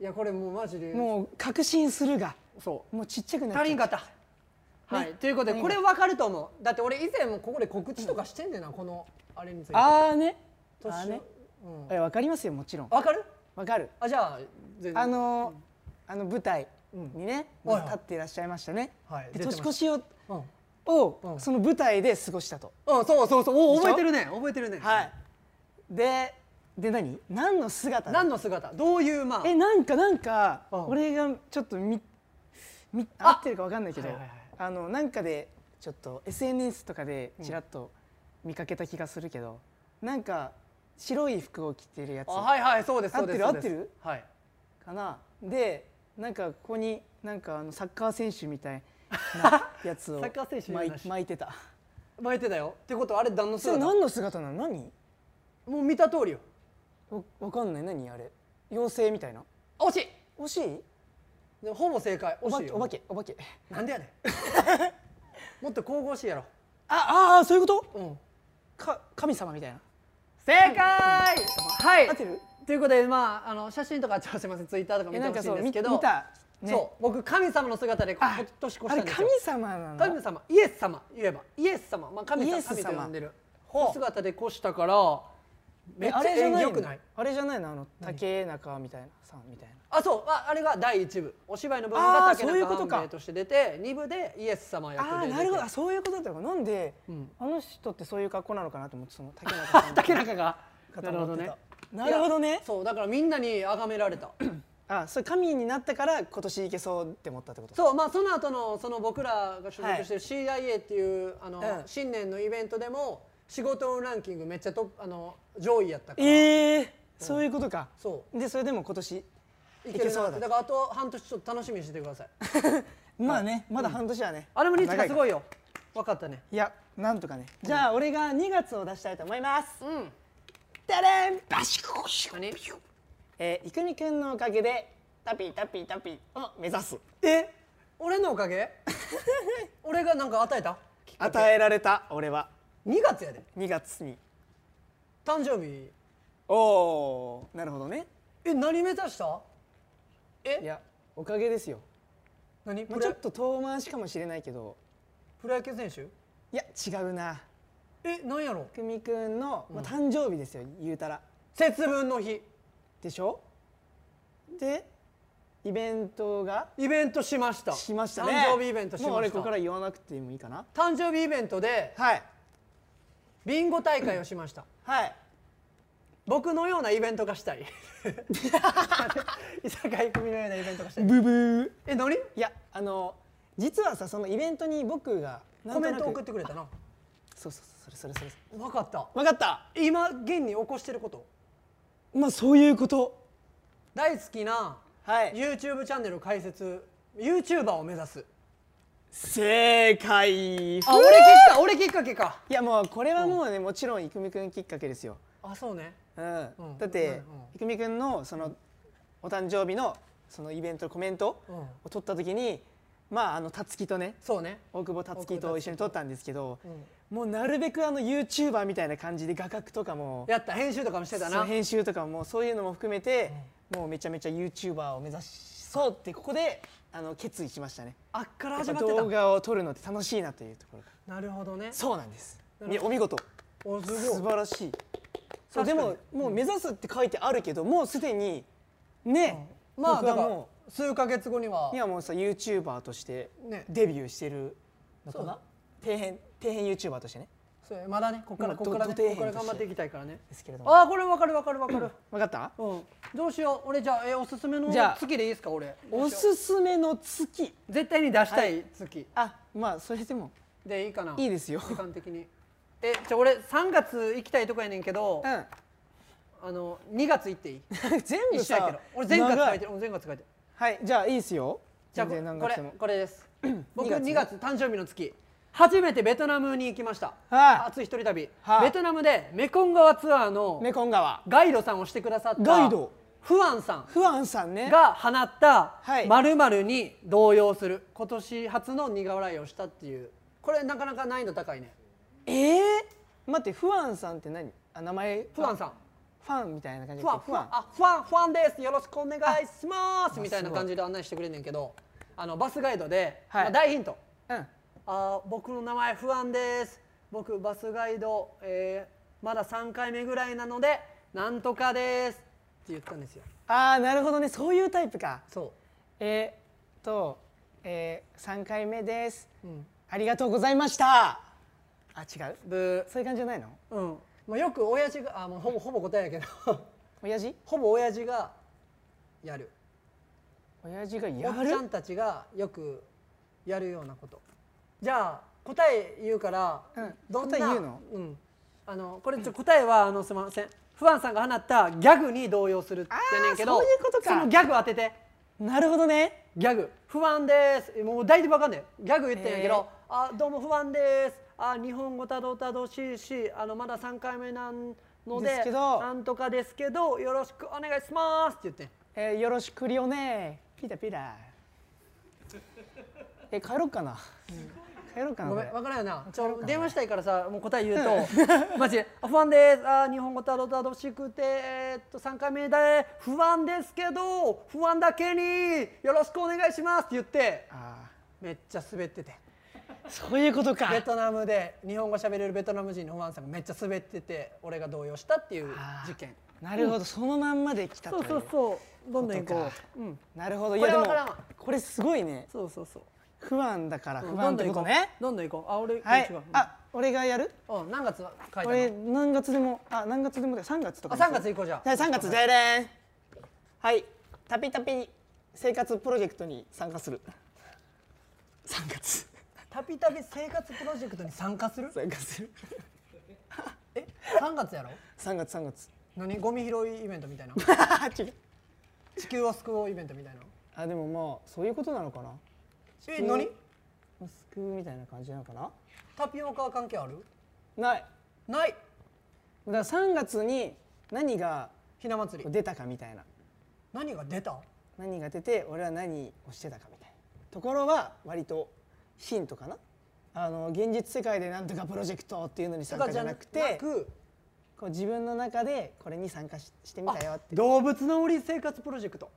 やこれもうマジで
もう確信するが
そ
もうちっちゃく
う
なっ
足
ち
り
ゃ
ん
う
かったはいということでこれ分かると思うだって俺以前もここで告知とかしてんねんなこのあれについて
あーねあ
年を
ーね
うん
えわかりますよもちろん
分かる
わかる
あじゃあ全然
あのーあの舞台にね、
うんはいはい
立っていらっしゃいましたね、
はい
で
出てま
年
した
越しを
うん
を、
うん
その舞台で過ごしたと
うんそうそうそうお
でしょ
覚えてるね覚えてるね
はいでで何何の姿で
何の姿どういうまあ
えなんかなんか、
うん
俺がちょっとみみ合
あ
ってるかわかんないけど、
はいはいはい
あのなんかでちょっと SNS とかでちらっと見かけた気がするけど、なんか白い服を着てるやつ
あはいはいそうですそうです
合
そ
っ
うで
てる
す
合ってる
はい
かなでなんかここになんかあのサッカー選手みたい
(laughs)
なやつを
サッカー選手
巻い
なし
巻いてた
巻いてたよってことはあれ旦那
それ
姿
何の姿なの何
もう見た通りよ
わわかんない何あれ妖精みたいな
あ惜しい
惜しい
でもほぼ正解
お
惜
化
しい
け
よ
お化けお化け
なんでやね
(laughs)
んもっと神々しいやろ
ああーそういうこと
うん
か神様みたいな
正解はい
合ってる
ということでまああの写真とかちょっとすいませんツイッターとか見
え
て
なん
ほ
か
しいん
そう
です
見
けど
見たね
そう僕神様の姿でこ今年越し
あ
た
れ
んですよ
神様なの
神様イエス様言えばイエス様まあ神
イ
様
エス様
神と呼んでる
ほう
姿で越したからめっ
え
ちゃ
あれじゃ
縁
な
起
い
良
の
くない
あれじゃないのあの竹中みたいなさんみたいな
あそうああれが第一部お芝居の部分
あ
が
ー
竹
そうい
中
うこと
半
か
兵衛として出て二部でイエス様役で
ああ
出て
なるほどあそういうことだったのかなんで、
うん
あの人ってそういう格好なのかなと思ってその竹中さん
竹中が
かと (laughs)
なるほ
思
ど
って
ね
たなるほど
い
ね
やそうだからみんなに崇めら
(clears throat)
れた
あそれ神になったから今年いけそうって思ったってこと
そうまあその後のその僕らが所
は
属
い
してる CIA っていうあの、
うん
新年のイベントでも仕事運ランキングめっちゃトップあの上位やったから、
ええそういうことか
そ
でそれでも今年
うい
い
け
け
るな
そうだ
だからあと半年ちょっと楽しみにしててください
まあね、まだ半年はね、
あれもリーチがす
い
ごいよ分かったね
いやなんとかねじゃあ俺が2月を出したいと思います
うん
ダレン、
何
えー、いくみくんのおかげでタピタピタピを目指す
え俺のおかげ (laughs) 俺がなんか与えた
与えられた俺は
2月やで
2月に
誕生日
おーなるほどね
え何目指した
いやおかげですよ
何プ
まあ、ちょ
ロ
っと遠回しかもしれないけど
プロ野球選手
いや違うな
え何やろ
くみくんの、まあ、誕生日ですよ言うたら
節分の日
でしょでイベントが
イベントしました
しましたね
誕生日イベントしました
もう俺ここから言わなくてもいいかな
誕生日イベントで
はい
ビンゴ大会をしました
はい
僕のようなイベントがしたい居酒屋組のようなイベントがしたい
(laughs) ブブー
え何
いやあの実はさそのイベントに僕が
コメント送っててくれたな
そうそうそうそれそれそれ
分かった
分かった
今現に起こしてること
まあそういうこと
大好きな
はい
YouTube チャンネル開設 YouTuber を目指す
正解い
あ俺きっかけ俺きっかけか
やもうこれはもうねもちろんいくみくんきっかけですよ、
あそうね
うん
うん
だっ
うんう
て
ん
いくみくんのそのお誕生日のそのイベントのコメント
うん
を取った時にまああのたつきとね
そうね
大久保たつきと一緒に撮ったんですけど、
う
もうなるべくあの YouTuber みたいな感じで画角とかも
やった編集とかもしてた
そ
な
う編集とかもそういうのも含めて、もうめちゃめちゃ YouTuber を目指そうってここであの決意しましたね
あっから
やっ
始
ぱ
まってた
動画を撮るのって楽しいなというところが
なるほどね
そうなんです
なるほど
いやお見事
おす
素
ごい
晴らしいそうで
確かに
ももう目指すって書いてあるけどもうすでにね、
まあ
僕
だ
は
から
も
数ヶ月後には
ういやもうさ YouTuber として
ね
デビューしてるのか
そう
な
だ
底辺底辺 YouTuber としてね
そうやまだねこっから
もう
こっからね
どど底
こっ
辺
から
とし
頑
て
張っていきたいからね
ですけれども
あーこれわかるわかるわかる
分かった
うんどうしよう俺じゃあえおすすめの
じゃあ
月でいいですか俺
おすすめの月
絶対に出したい月
あまあそれでも
でいいかない
いです (laughs) よ
時間的にえじゃあ俺3月行きたいとこやねんけど
うん
あの2月行ってい
(laughs)
い
全部
一緒やけ
さ
ど俺前月書
長
いてる俺前月書いてる
はいじゃあいいですよ
じゃあ
全然何
こ
月
れ
でも
これです (clears throat) 僕
2月ね
2月誕生日の月初めてベトナムに行きました
はい
初一人旅
はい
ベトナムでメコン川ツアーの
メコン川
ガイドさんをしてくださった
ガイド
フアンさん
フアンさんね
が放った
はい
〇〇に動揺する今年初の苦笑いをしたっていうこれなかなか難易度高いね
ええ待ってフアンさんって何あ名前
フアンさん
ファンみたいな感じ
ファン
だっけ
ファンあファンファンですよろしくお願いします
あ
みたいな
すごい
感じで案内してくれんねんけどあのバスガイドで、
はい
まあ、大ヒント
うん
あー僕の名前不安です僕バスガイド、えーまだ3回目ぐらいなのでなんとかですって言ったんですよ
ああなるほどねそういうタイプか
そ
えー、っと、えー、3回目です、
う、うん、
ありがとうございましたあ違う
ブ
そういう感じじゃないの
ーうんまあ、よく親父があもうほぼほぼ答えやけど (laughs)
親父
ほぼ親父がやる
親父が
お
や
っちゃ
る
んたちがよくやるようなことじゃあ答え言うから、
うん
どんな
答え言うの
うん、あのこれちょ答えはあのすみませんフアンさんが放ったギャグに動揺するってねんけど
あーそういうことか
そのギャグ当てて
なるほどね
ギャグ不安ですもう大体わかんないギャグ言ってんやけど、あどうも不安ですあ日本語たどたどしいしあのまだ3回目なんので
ですけど
なんとかですけどよろしくお願いしますって言ってん
えー、よろしくりおねピラピラえー、帰ろっかな、帰ろっかな
ご
こ
め
れ
ん、わからんよな。ちょ電話したいからさ、もう答え言うと、 (laughs) マジで、あ不安です。あー、日本語たどたどしくて、えーっと三回目で不安ですけど、不安だけによろしくお願いしますって言って、
あ
めっちゃ滑ってて。
ーそういうことか
ベトナムで日本語喋れるベトナム人の不安さんがめっちゃ滑ってて、俺が動揺したっていう
あー
事件。
なるほど、そのまんまで来たと
そ
いう
そうそう。どんどん行こ
ことか
う。うん。
なるほどい
こ
や
れわ
でも
からんわ
これすごいね
そうそうそう。
不安だから
うん
不安ってことね、
どんどん行こう。どんどん行こう。あ、俺
はい
違う。うん
あ俺がやる
うん、何月書いたの？
俺何月でもあ何月でもだよ3月とか
あ、三月行こうじゃあ。
はい3月じゃれんはいタピタピ生活プロジェクトに参加す
(laughs)
る3月
たびたび生活プロジェクトに参加する
参加する
え3月やろ
3月3月
何ゴミ拾いイベントみたいな
(laughs) 違う
地球を救おうイベントみたいな
あでもまあそういうことなのかな
え何
救うみたいな感じなのかな
タピオカは関係ある
ない
ない
だから3月に何が
ひな祭り
出たかみたいな
何が出た
何が出て俺は何をしてたかみたいなところは割とヒントかなあの現実世界でなんとかプロジェクトっていうのに参加じゃなくて
とかじゃなく
こう自分の中でこれに参加ししてみたよって
動物の森生活プロジェクト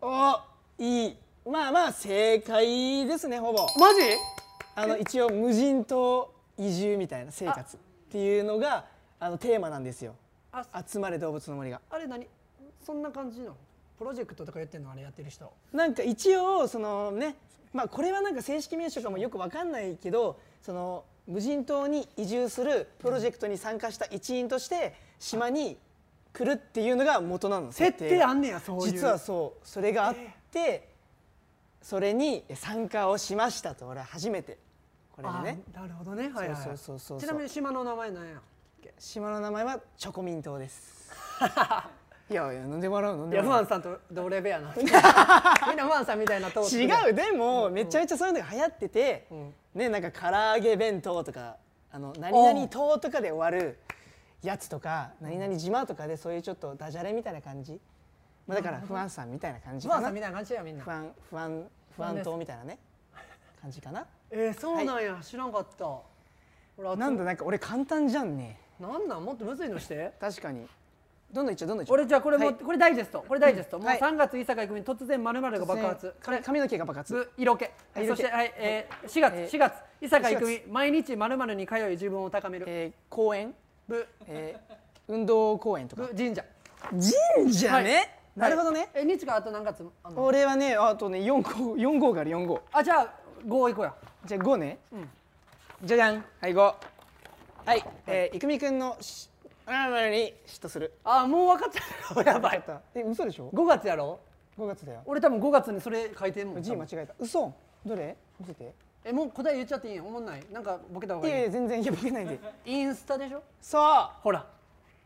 おいいまあまあ正解ですねほぼ
マジ
あの一応無人島移住みたいな生活っていうのがあのテーマなんですよ
あ
集まれ動物の森が
あれ何そんな感じなのプロジェクトとか言ってんのあれやってる人
なんか一応そのねまあこれはなんか正式名称かもよくわかんないけどその無人島に移住するプロジェクトに参加した一員として島に来るっていうのが元なの
設定あんねやそういう
実はそうそれがあってそれに参加をしましたと俺は初めてこれ
あ
でね
なるほどねはいはい
そうそうそうそう
ちなみに島の名前なんや
島の名前はチョコミン島です
(laughs)
いやいや飲んでもらう飲ん
い
で
や
も
フ
ら
ァ
う
ンさんと同レベ
(laughs)
やなみんなファンさんみたいなトーク
違うでもめちゃめちゃそういうのが流行ってて、ねなんか唐揚げ弁当とかあの何々糖とかで終わるやつとか何々島とかでそういうちょっとダジャレみたいな感じ、まあ、だから不安さんみたいな感じ
ファ
か
ンさん
な
みたいな感じやみんな
不安不安不安糖みたいなね感じかな
えー、そうなんや、知らんかったほら
なんだ
な
なんか俺簡単じゃんね
んなんもっとむずいのして
確かにどんどんいっちゃうどんどんいっちゃう
俺じゃあこれも、
はい
これダイジェストこれダイジェスト、もう
はい
3月伊坂郁美突然まるが爆発
突然髪の毛が爆発
ぶ色気
はい
そ
色気
して、はいえー、4月、
えー
4月伊坂郁
4
美毎日まるに通い自分を高める、
えー、公園
ぶ
えー、運動公園とか
ぶ神社
神社
ね
なるほどね、
え日があと何月あんの
俺はねあとね4号4号がある4号
あじゃあ5いこうや
じゃあ5ね、じゃじゃんはい5はい、えー、いくみくんのしあなに嫉妬する
あもう分かっちゃ
(laughs)
ったやばい
ちょっとえ嘘でしょ
5月やろ
5月だよ
俺多分5月にそれ書いてんもん
字間違えた嘘どれ見せて
えもう答え言っちゃっていいんおもんないなんかボケた方
い
がいい
やいや全然いやボケない (laughs) で
インスタでしょ
そう
ほら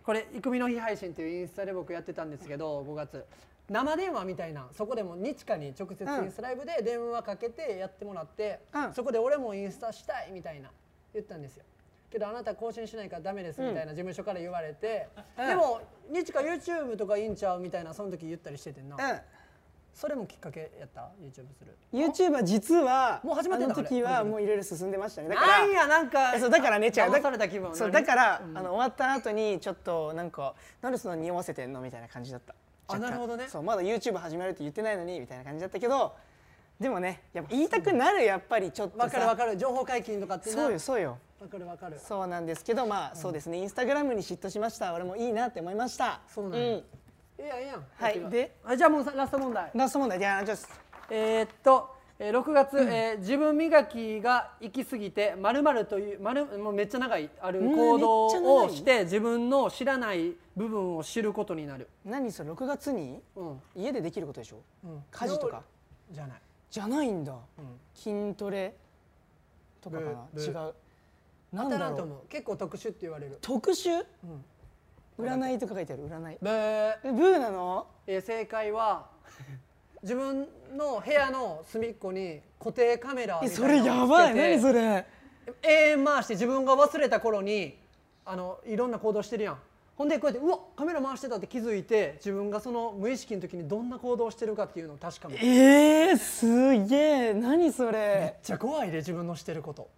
これ「育美の日配信」っていうインスタで僕やってたんですけど5月生電話みたいなそこでも日課に直接
うん
インスタライブで電話かけてやってもらって、
うん
そこで俺もインスタしたいみたいな言ったんですよけどあなた更新しないからダメですみたいな事務所から言われて、でも日課 YouTube とかいいんちゃうみたいなその時言ったりしててんな、それもきっかけやった YouTube する
うん YouTube は実は
もう始まってん
あ
だ
の時は
あれ
もういろいろ進んでましたねだ
な
から
んやなんか
えそうだからね違うだ
騙された気分
そう
な
だ
る
から、あの終わった後にちょっとなんかなんでその匂わせてんのみたいな感じだった
あ
若干
なるほどね
そうまだ YouTube 始めるって言ってないのにみたいな感じだったけどでもねやっぱ言いたくなるやっぱりちょっとさ
わかるわかる情報解禁とかってな
そうよそうよ
わかるわかる
そうなんですけどまあ、そうですねインスタグラムに嫉妬しました俺もいいなって思いました
そうなんや
ん
いいやんいいやん
はい
やって
で
あじゃあもうさラスト問題
ラスト問題じゃあちょっと
えーっと、えー、6月、えー自分磨きが行き過ぎてまるというまるもうめっちゃ長いある
ん
行動
めっちゃ長
を
い
して自分の知らない部分を知ることになる、
何それ6月に
うん、
家でできることでしょ、
ん
家事とか
じゃない
じゃないんだ、筋トレとかか
ブ
な
ーブ
違うな
当
ん
た
だ
らんと
ろう
思う結構特殊って言われる
特殊、占いとか書いてある占い
ブー、
えブーなの
えー正解
(laughs)
は自分の部屋の隅っこに固定カメラ
え
みた
そ
い
れ
な
や
のをつ
ば
けて
い何それ
永遠回して自分が忘れた頃にあのいろんな行動してるやんほんでこうやってうわカメラ回してたって気づいて自分がその無意識の時にどんな行動してるかっていうのを確かめるめっ
えー、すげえ何それ
ちゃ怖いで自分のしてること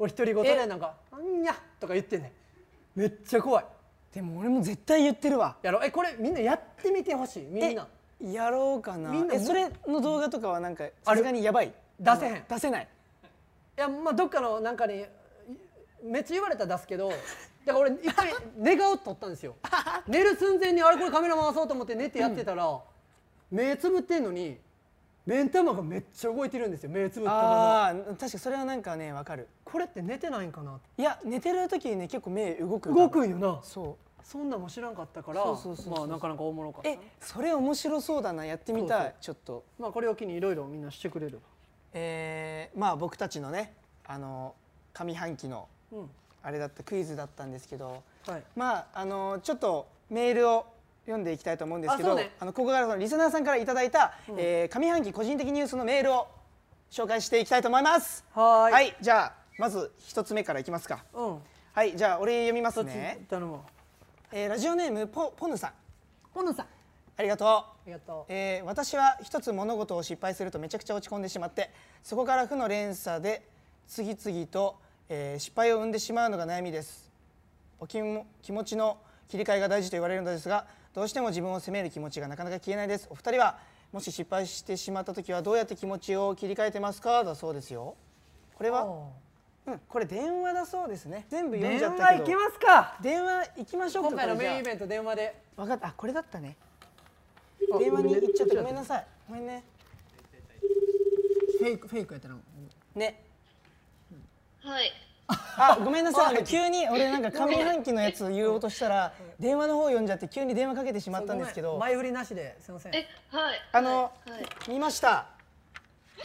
俺独り言でなんか「んにゃ」とか言ってんねんめっちゃ怖い
でも俺も絶対言ってるわ
やろえこれみんなやってみてほしいみんな
えやろうかな
みんな
えそれの動画とかはなんか
あ
さ
る
すがにやばい
出せへんい
出せない
やまあどっかのなんかにめっちゃ言われたら出すけどだから俺一回寝顔撮ったんですよ寝る寸前にあれこれカメラ回そうと思って寝てやってたら、目つぶってんのに目ん玉がめっちゃ動いてるんですよ目つぶったまま
ああ確かにそれはなんかねわかる
これって寝てないんかない
や寝てる時にね結構目動く
動くんよな
そ
そんなんも知らんかったから
そうそうそうそう
まあなかなかおもろかっ
う
た
えそれ面白そうだなやってみたい
そうそう
ちょっと
まあこれを機にいろいろみんなしてくれる
えーまあ僕たちのねあの上半期のあれだったクイズだったんですけど
はい
まああのちょっとメールを読んでいきたいと思うんですけ
あそ
ど
うね
あのここからそのリスナーさんからいただいた、えー上半期個人的ニュースのメールを紹介していきたいと思います
はーい
じゃあまず一つ目からいきますか
うん
はいじゃあ俺読みま
そ
す
っち
ね、
頼も
えーラジオネームポポヌさん
うほのさんあ
ありがとう
りがとう
えー私は一つ物事を失敗するとめちゃくちゃ落ち込んでしまってそこから負の連鎖で次々と、えー失敗を生んでしまうのが悩みですお気も気持ちの切り替えが大事と言われるのですがどうしても自分を責める気持ちがなかなか消えないですお二人はもし失敗してしまった時はどうやって気持ちを切り替えてますかだそうですよこれは、うん、これ電話だそうですね全部読んじゃ
電
った
話
け
行
ど
きますか
電話行きましょうか
今回の
これじゃ
メイ
あ
ンイベント電話で
分かったあこれだったね電話に行っちゃったごめんなさいごめんね
フェイクフェイクやったの
ね
はい。
あごめんなさいあの急に俺なんか上半期のやつ言おうとしたら電話の方読んじゃって急に電話かけてしまったんですけ
ごめ
ど
ん前振りなしですいません
え、はい。
あの
はいはい
見ました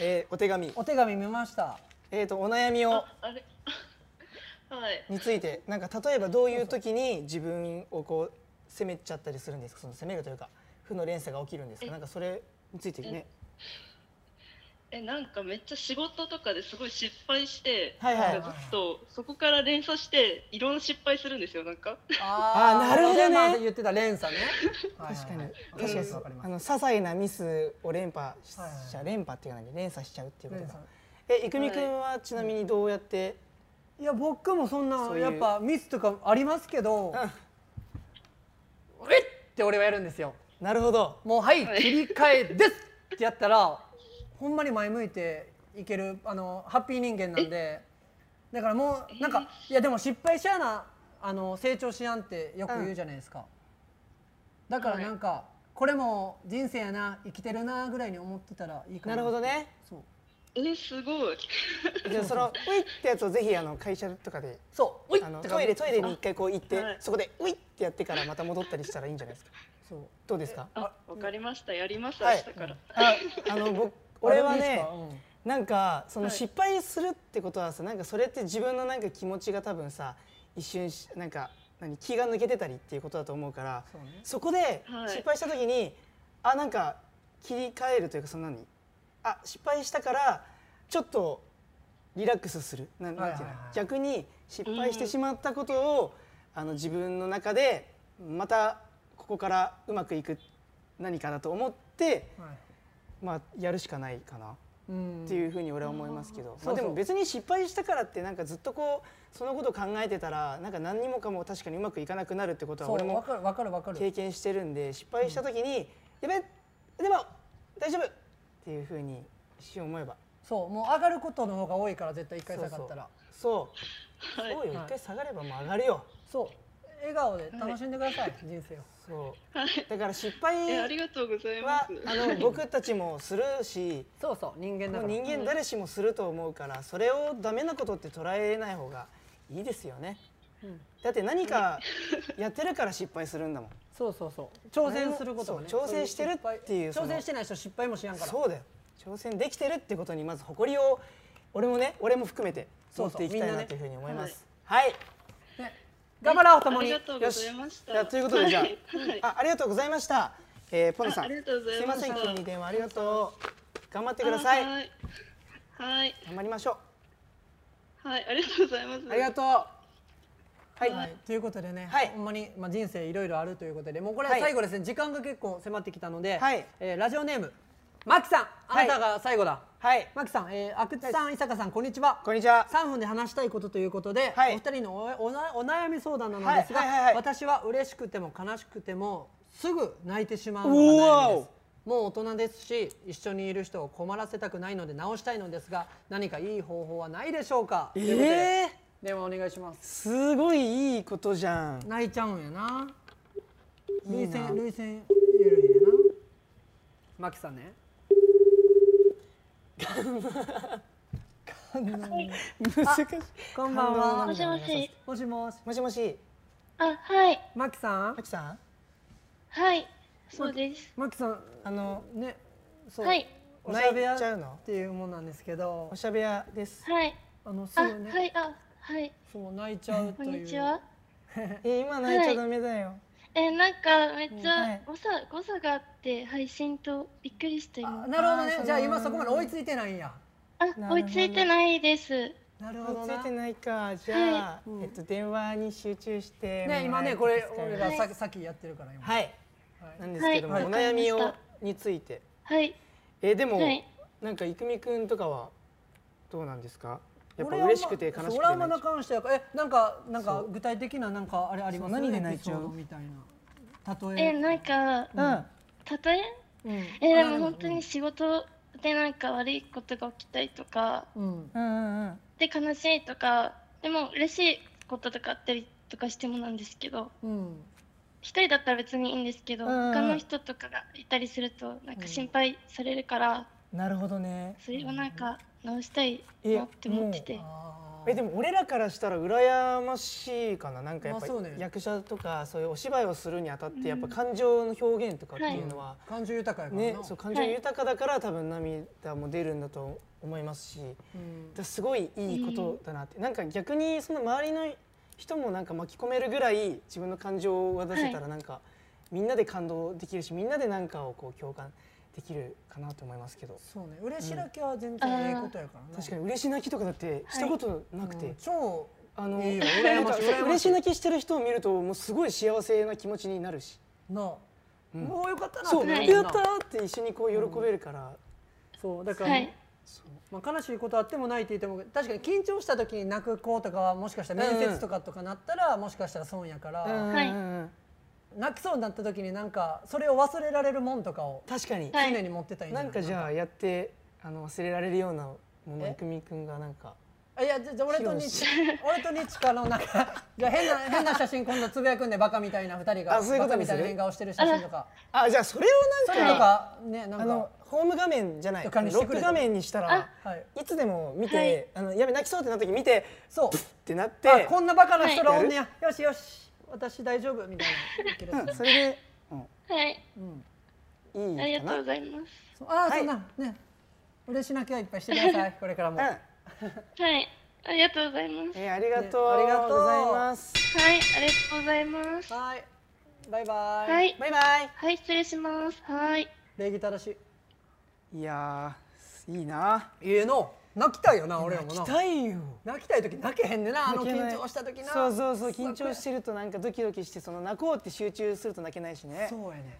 えーお手紙
お手紙見ました
えっとお悩みを
あれ。 (laughs) はい。
についてなんか例えばどういう時に自分をこう責めちゃったりするんですかその責めるというか負の連鎖が起きるんですかなんかそれについてね
え、なんかめっちゃ仕事とかですごい失敗して、
はいはい
なんかずっとそこから連鎖していろんな失敗するんですよ、なんか。 (laughs)
あ
あーなるほどね
まあ言ってた連鎖ね
確かに
はい
確かに
うんわかります
あの些細なミスを連覇し
はいはい
ちゃ連覇っていうか何連鎖しちゃうっていうこと
連
か
鎖
えいくみくんはちなみにどうやって
いや僕もそんな
そういう
やっぱミスとかありますけど「えっ!」って俺はやるんですよ
なるほど
もうはい切り替えですってやったらほんまに前向いていけるあのハッピー人間なんでだからもうなんかいやでも失敗しやなあの成長しやんってよく言うじゃないですか、だからなんかこれも人生やな生きてるなぐらいに思ってたらいいかな
なるほどね
そう
え、すごい。
じゃあその「うい」ってやつをぜひあの会社とかで
そう
あのトイレトイレに一回こう行って
はい
そこで「うい」ってやってからまた戻ったりしたらいいんじゃないですか
そう
どうですか
あ、わかりました。やります。明
はい
日から。
ああの僕俺はね
あれいいですか
なんかその
はい
失敗するってことはさなんかそれって自分のなんか気持ちが多分さ一瞬しなんか何気が抜けてたりっていうことだと思うからそ
そうね
こで
はい
失敗した時に、あなんか切り替えるというかその何あ失敗したからちょっとリラックスするなんなんていうの
はいはいはい
逆に失敗してしまったことを、あの自分の中でまたここからうまくいく何かだと思って、
うんはい
まあ、やるしかないかな。
うん
っていうふうに俺は思いますけど、ま
そ
あ、
う
で
そう
も別に失敗したからってなんかずっとこうそのことを考えてたらなんか何にもかも確かにうまくいかなくなるってことは
そう
俺
わ
も
かるわかるわかる
経験してるんで失敗した時に「やべでも大丈夫!」っていうふうにしよう思えば
そうもう上がることの方が多いから絶対一回下がったら
そう
はい
そうよ
はい
一回下がればもう上がるよ
そう笑顔で楽しんでください、人生を
そうだから失
え、
敗
あ
は
りがとうございます。
あの僕たちもするし
そうそう人間だ
もう
から
人間誰しもすると思うからそれをダメなことって捉えない方がいいですよね、だって何かやってるから失敗するんだもん
そうそうそう挑戦することをね
そう挑戦してる
そういう
っていう
失
そ
敗挑
の
戦してない人失敗もしやんから
そうだよ挑戦できてるってことにまず誇りを俺もね俺も含めて
そ
持
う
っ
そう
ていきたい
みん
な
なね
というふうに思いますはい、
頑張ろう
あ
共
り
に
がとうご
よ
ざ
し
いました。
じゃあということでじゃあ,、
はい
あありがとうございました、えー、ポノさん
あありがとうございました
すいません急に電話ありがとう頑張ってください
あはい。はい。
頑張りましょ
はい、ありがとうございます。
うありがとうはい、
はい、ということでね、
はい
ほんまに、まあ、人生いろいろあるということでもうこれ
はい
最後ですね、時間が結構迫ってきたので、
はい
えーラジオネームマキさんあなたが最後だ、
はい
マキさん、えー、阿久津さん伊坂さんこんにちは
こんにちは
3分で話したいことということで、
はい
お二人のおおなお悩み相談なのですが、
はいはいはいはい
私は嬉しくても悲しくてもすぐ泣いてしまうの
う
が悩
わ
み
お
ですもう大人ですし一緒にいる人を困らせたくないので直したいのですが何かいい方法はないでしょうか、ということで
えー、
電話お願いします
すごいいいことじゃん
泣いちゃうんやな
いい
涙
な
腺涙腺ゆるいでなマキさんね
難しい
こんばんは
も
も
しもし
しもし
もしもし
あ、はい、
マキさん
マキさん
はい、そうです。
マキさん
あの
ねそう、
はい、
おしゃべや
泣いちゃう
っ
の
ていうもんなんですけど
おしゃべやです
はい、
あのす
あ、
ぐ
は
ね、
い、あ、はい、
そう泣いちゃうと
こ
いうん
にちは。
え今泣いちゃダメだよ、
え、なんかめっち
うんは
ゃ
い
誤差、誤差があって配信とびっくりして
あ
今。
なるほどね
あー
じゃあ
そう
今そこまで追いついてないんや
あ
ほど、
追いついてないです。
なる
追
ほど
いつい
な
て
ね
ないかじゃあ、
うん
えっと電話に集中して
今ねこれ俺
は
が
い、
ささっきやってるから今、
はい、
はい
なんですけども、
はい
お悩み
わか
を
りま
について
はい、
えでも、
はい
なんかいくみくんとかはどうなんですかやっぱ
俺は
嬉しくて悲しくて泣い
そう
ち
俺は
ゃう
あんまな関してはえなんかなん
そ
か
う
具体的ななんかあれあります
そう何で泣いちゃう
エピソードみたいな例
え、
え
なんか、
うん
例え、
うん
え、でも本当に仕事でなんか悪いことが起きたりとか、
うん
うんうんうん
で悲しいとか、でも嬉しいこととかあったりとかしてもなんですけど、
うん
一一人だったら別にいいんですけど、
うんうん
他の人とかがいたりするとなんか心配されるから、
なるほどね
それをなんか直したいなって思ってて、
えでも俺らからしたら羨ましいかななんかやっぱ、
まあそうね
役者とかそういうお芝居をするにあたってやっぱ感情の表現とかっていうのは、
感情豊かやからな、
ね、そう感情豊かだから多分涙も出るんだと思いますし、だからすごいいいことだなって、なんか逆にその周りの人もなんか巻き込めるぐらい自分の感情を出せた
は
らなんか、みんなで感動できるしみんなでなんかをこう共感できるかなと思いますけど
そうね嬉しだけは全然ええことやからな、
確かに嬉し泣きとかだってしたことなくて、
うん超
あの (laughs)
いいよ
な
羨
ん
ま
か
しい
そ
羨
う
ましい
嬉し泣きしてる人を見るともうすごい幸せな気持ちになるし、
な、
うん
もうよかったな
そう
な
や
る
った
よ
ー
な
って一緒にこう喜べるから、
そうだから、
はい、
まあ、悲しいことあってもないって言っても確かに緊張した時に泣く子とかはもしかしたら面接とかとかなったら、もしかしたら損やから、
うん
はい
うんうん
泣きそうになった時になんかそれを忘れられるもんとかを
確かに、
はい
常に持ってたらいい
なんかじゃあやってあの忘れられるようなもの
え
いくみくんがなんか
あいやじゃじゃあ俺と
披露
ニチ
し
俺とニチカのなんかじゃあ変な変な写真今度つぶやくんでバカみたいな二人が
あそういう
バ
こと
カ
に
み
す
た
る
いな変顔してる写真とか
あじゃあそれを
そ
なん
れ
か
とかねなんか
あのホーム画面じゃない
と
ロ
かにして
ッ
くれ
ク
た
画面にしたら
はい
いつでも見て、
はい
あのやべ泣きそうってなった時見て
そう
ってなって
あこんなバカな人らおんねや、よしよし私大丈夫みたいないけるやつ
それ
はい、
でいい
ありが
か
とう
な
ございます。
そうあー、そんなね嬉しなきゃいっぱいしてくださ
(laughs)
いこれからも、
うん
はい、ありがとうございます。
えーありがとう
ねありがとう
ございます
はい、ありがとうございます。
はいバイバイ、
はい、
バイバイ
はい、失礼します。はい。
礼儀正し
いやーいいない
ええの泣きたいよな俺らもな
泣きたいよ
泣きたい時泣けへんねんなあの
泣けない
緊張した時な
そうそうそう緊張してるとなんかドキドキしてその泣こうって集中すると泣けないしね
そうやね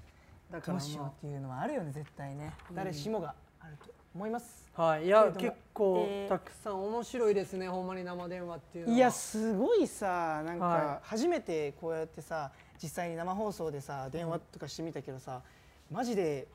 だか
ど
ら
うしよう
も
っていうのはあるよね絶対ね、誰しもがあると思います
うはいいや
けれども
結構
えー
たくさん面白いですねほんまに生電話っていうのはい
やすごいさなん
は
か初めてこうやってさ実際に生放送でさ電話とかしてみたけどさマジで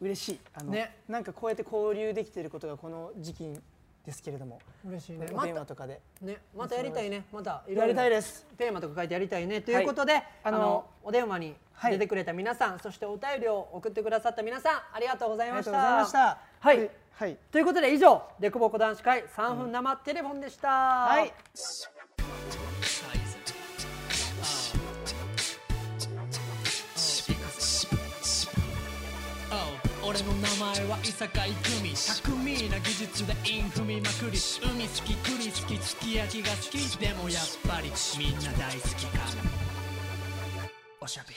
嬉しいあの、
ね
なんかこうやって交流できてることがこの時期ですけれども、
嬉しいね
お
ま
電話
た
とかで
ねまたやりたいねまたいろ
や
い
り
ろ
たいです
テーマとか書いてやりたいねということで、あ
あ
の
の
お電話に出てくれた皆さん、そしてお便りを送ってくださった皆さんありがとうござい
あ
ま
りが
し
と
た
うございました
はい
ではい
ということで以上デコボコ男子会3分生テレフォンでした、
はい
俺の名前は伊坂郁美巧みな技術でイン踏みまくり海好き栗好きすき焼きが好きでもやっぱりみんな大好きかおしゃべり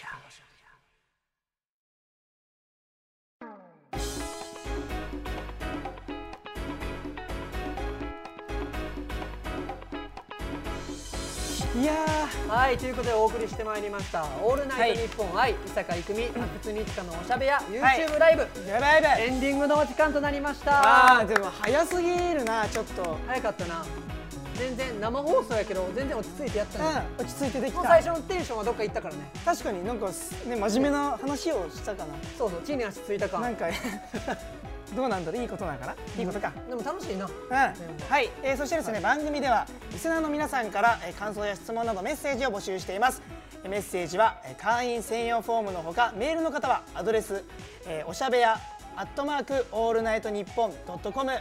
いや
はいということでお送りしてまいりました「オールナイトニッポン愛、伊坂郁美阿久津日香のおしゃべや YouTube ライブ、
ーやばいやばい
エンディングのお時間となりました
あーでも早すぎるなちょっと
早かったな全然生放送やけど全然落ち着いてやったね、
うん落ち着いてでき
もう
た
最初のテンションはどっか行ったからね
確かになんかすね真面目な話をしたかな
そうそう地に足ついた感
なんか (laughs) どうなんだろういいことなのかないいことか
でも楽しいな
うんはい、えーそしてですね、番組ではリスナーの皆さんから、えー感想や質問などメッセージを募集していますえーメッセージは、えー会員専用フォームのほかメールの方はアドレス、えーおしゃべやアットマークオールナイトニッポンドットコム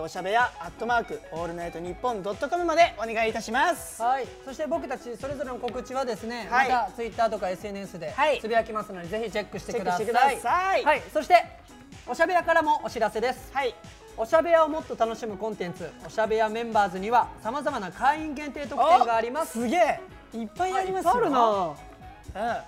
おしゃべやアットマークオールナイトニッポンドットコムまでお願いいたします
はい、そして僕たちそれぞれの告知はですね、
はい
またツイッターとか SNS で
はい
つぶやきますので、ぜひチェックして
チェ
く
ック
だ
し
さい。
てください
はい、そしておしゃべやからもお知らせです。
はい
おしゃべやをもっと楽しむコンテンツ、おしゃべやメンバーズにはさまざまな会員限定特典があります。
すげえいっぱいありますよ
あいっぱいあるな。は
うん
いはいはい。こ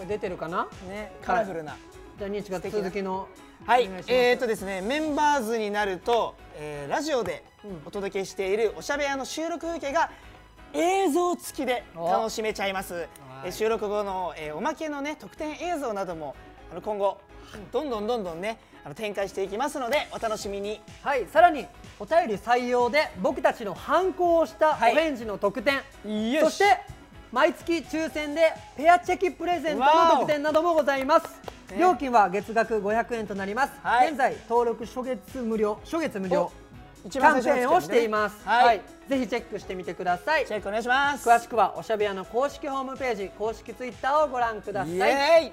れ出てるかな？
ね、カラフルな、
じゃあニーチが続きの
はい、
お願いします
えーとですね、メンバーズになると、えーラジオでお届けしているおしゃべりの収録風景が映像付きで楽しめちゃいます。えー収録後の、えーおまけのね特典映像などもあの今後どんどんどんどんねあの展開していきますのでお楽しみに。
はい、さらにお便り採用で僕たちの反抗をしたお
はい
返事の特典、
よし
そして毎月抽選でペアチェキプレゼントの特典などもございます、
ね
料金は月額500円となります、
はい
現在登録初月無料初月無料
一
キャ
番
ンペ
最初
ーン
の
を
やつ
し
ですけどね
ています、
はい
はい、ぜひチェックしてみてください
チェックお願いします
詳しくはおしゃべやの公式ホームページ公式ツイッターをご覧くださ
イ
い
エーイ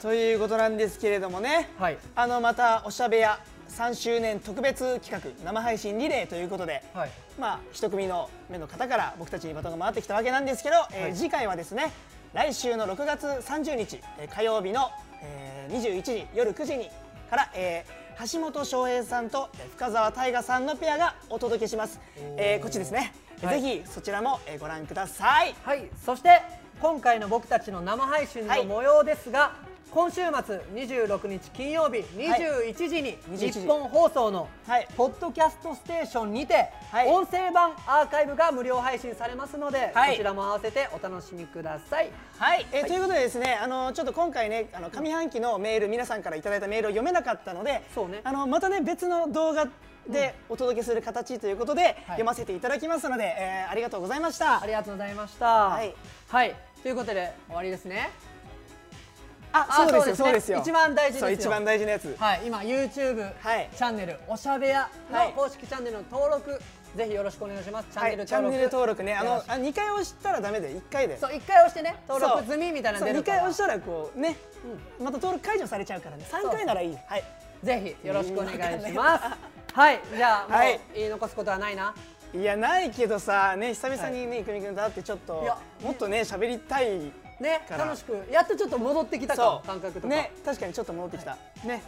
ということなんですけれどもね、
はい
あのまたおしゃべや3周年特別企画生配信リレーということで、
はい
まあ一組の目の方から僕たちにバトンが回ってきたわけなんですけど、えー次回はですね来週の6月30日えー火曜日の、えー21時夜9時にから、えー橋本翔平さんとえー深澤大河さんのペアがお届けします、えーこっちですね、
はい
ぜひそちらもえーご覧ください
はい、そして今回の僕たちの生配信
は
の
い
模様ですが、今週末26日金曜日21時に
21時
日本放送の
はい
ポッドキャストステーションにて
はい
音声版アーカイブが無料配信されますので、
はい
こちらも合わせてお楽しみください。
はい、えーということでですね、あのちょっと今回ね、あの上半期のメール皆さんからいただいたメールを読めなかったので、
そうね
あのまたね別の動画でお届けする形ということで、読ませていただきますので、えーありがとうございました
あ。りがとうございました。
い
はい、ということで終わりですね。
あ
あ
そうですよ、
そ
そうう
で
ですす
ね
よ。
一番大事ですよ
そう一番大事なやつ。
はい、今 YouTube、
はい
チャンネルおしゃべや
は
の
い
公式チャンネルの登録、ぜひよろしくお願いします。チャン
は
ネル登
い、
録、
チャンネル登録ね、あ
よろ
の
し
あ二回押したらダメで一回で。
そう1回押してね登
そう
録済みみたいなの出
そう二
るか
回
ら
押したらこうね、また登録解除されちゃうからね。三回ならいい。はい。
ぜひよろしくお願いしますはいじゃあもう
はい
言い残すことはないない
やないけどさ、ね久々にね、い、くみくんと会ってちょっと
いや
もっとね喋りたい。
ね
から
楽しくやっとちょっと戻ってきたか
そう
感覚とか
ね確かにちょっと戻ってきた、ね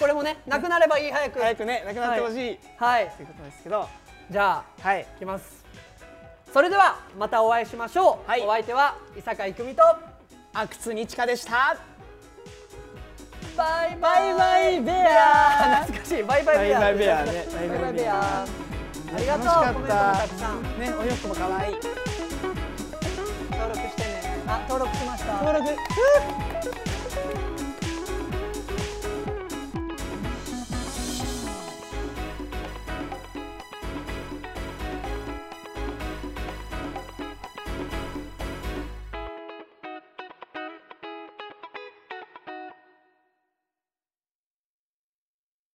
これもねなくなればいい早く
早くねなくなってほしい、
はい
ということですけど
じゃあ
はい
いきますそれではまたお会いしましょう、
はい
お相手は伊坂郁美と
阿久津にちかでした
バイバ
バ
イ
イバイベア
懐かしいバイバイベア
バイバイベアね
バイバイベアありがとう
楽しかっ
コメントもたく
た
さん
ねお洋服も可愛い
登録してねあ登録しました
登録ふう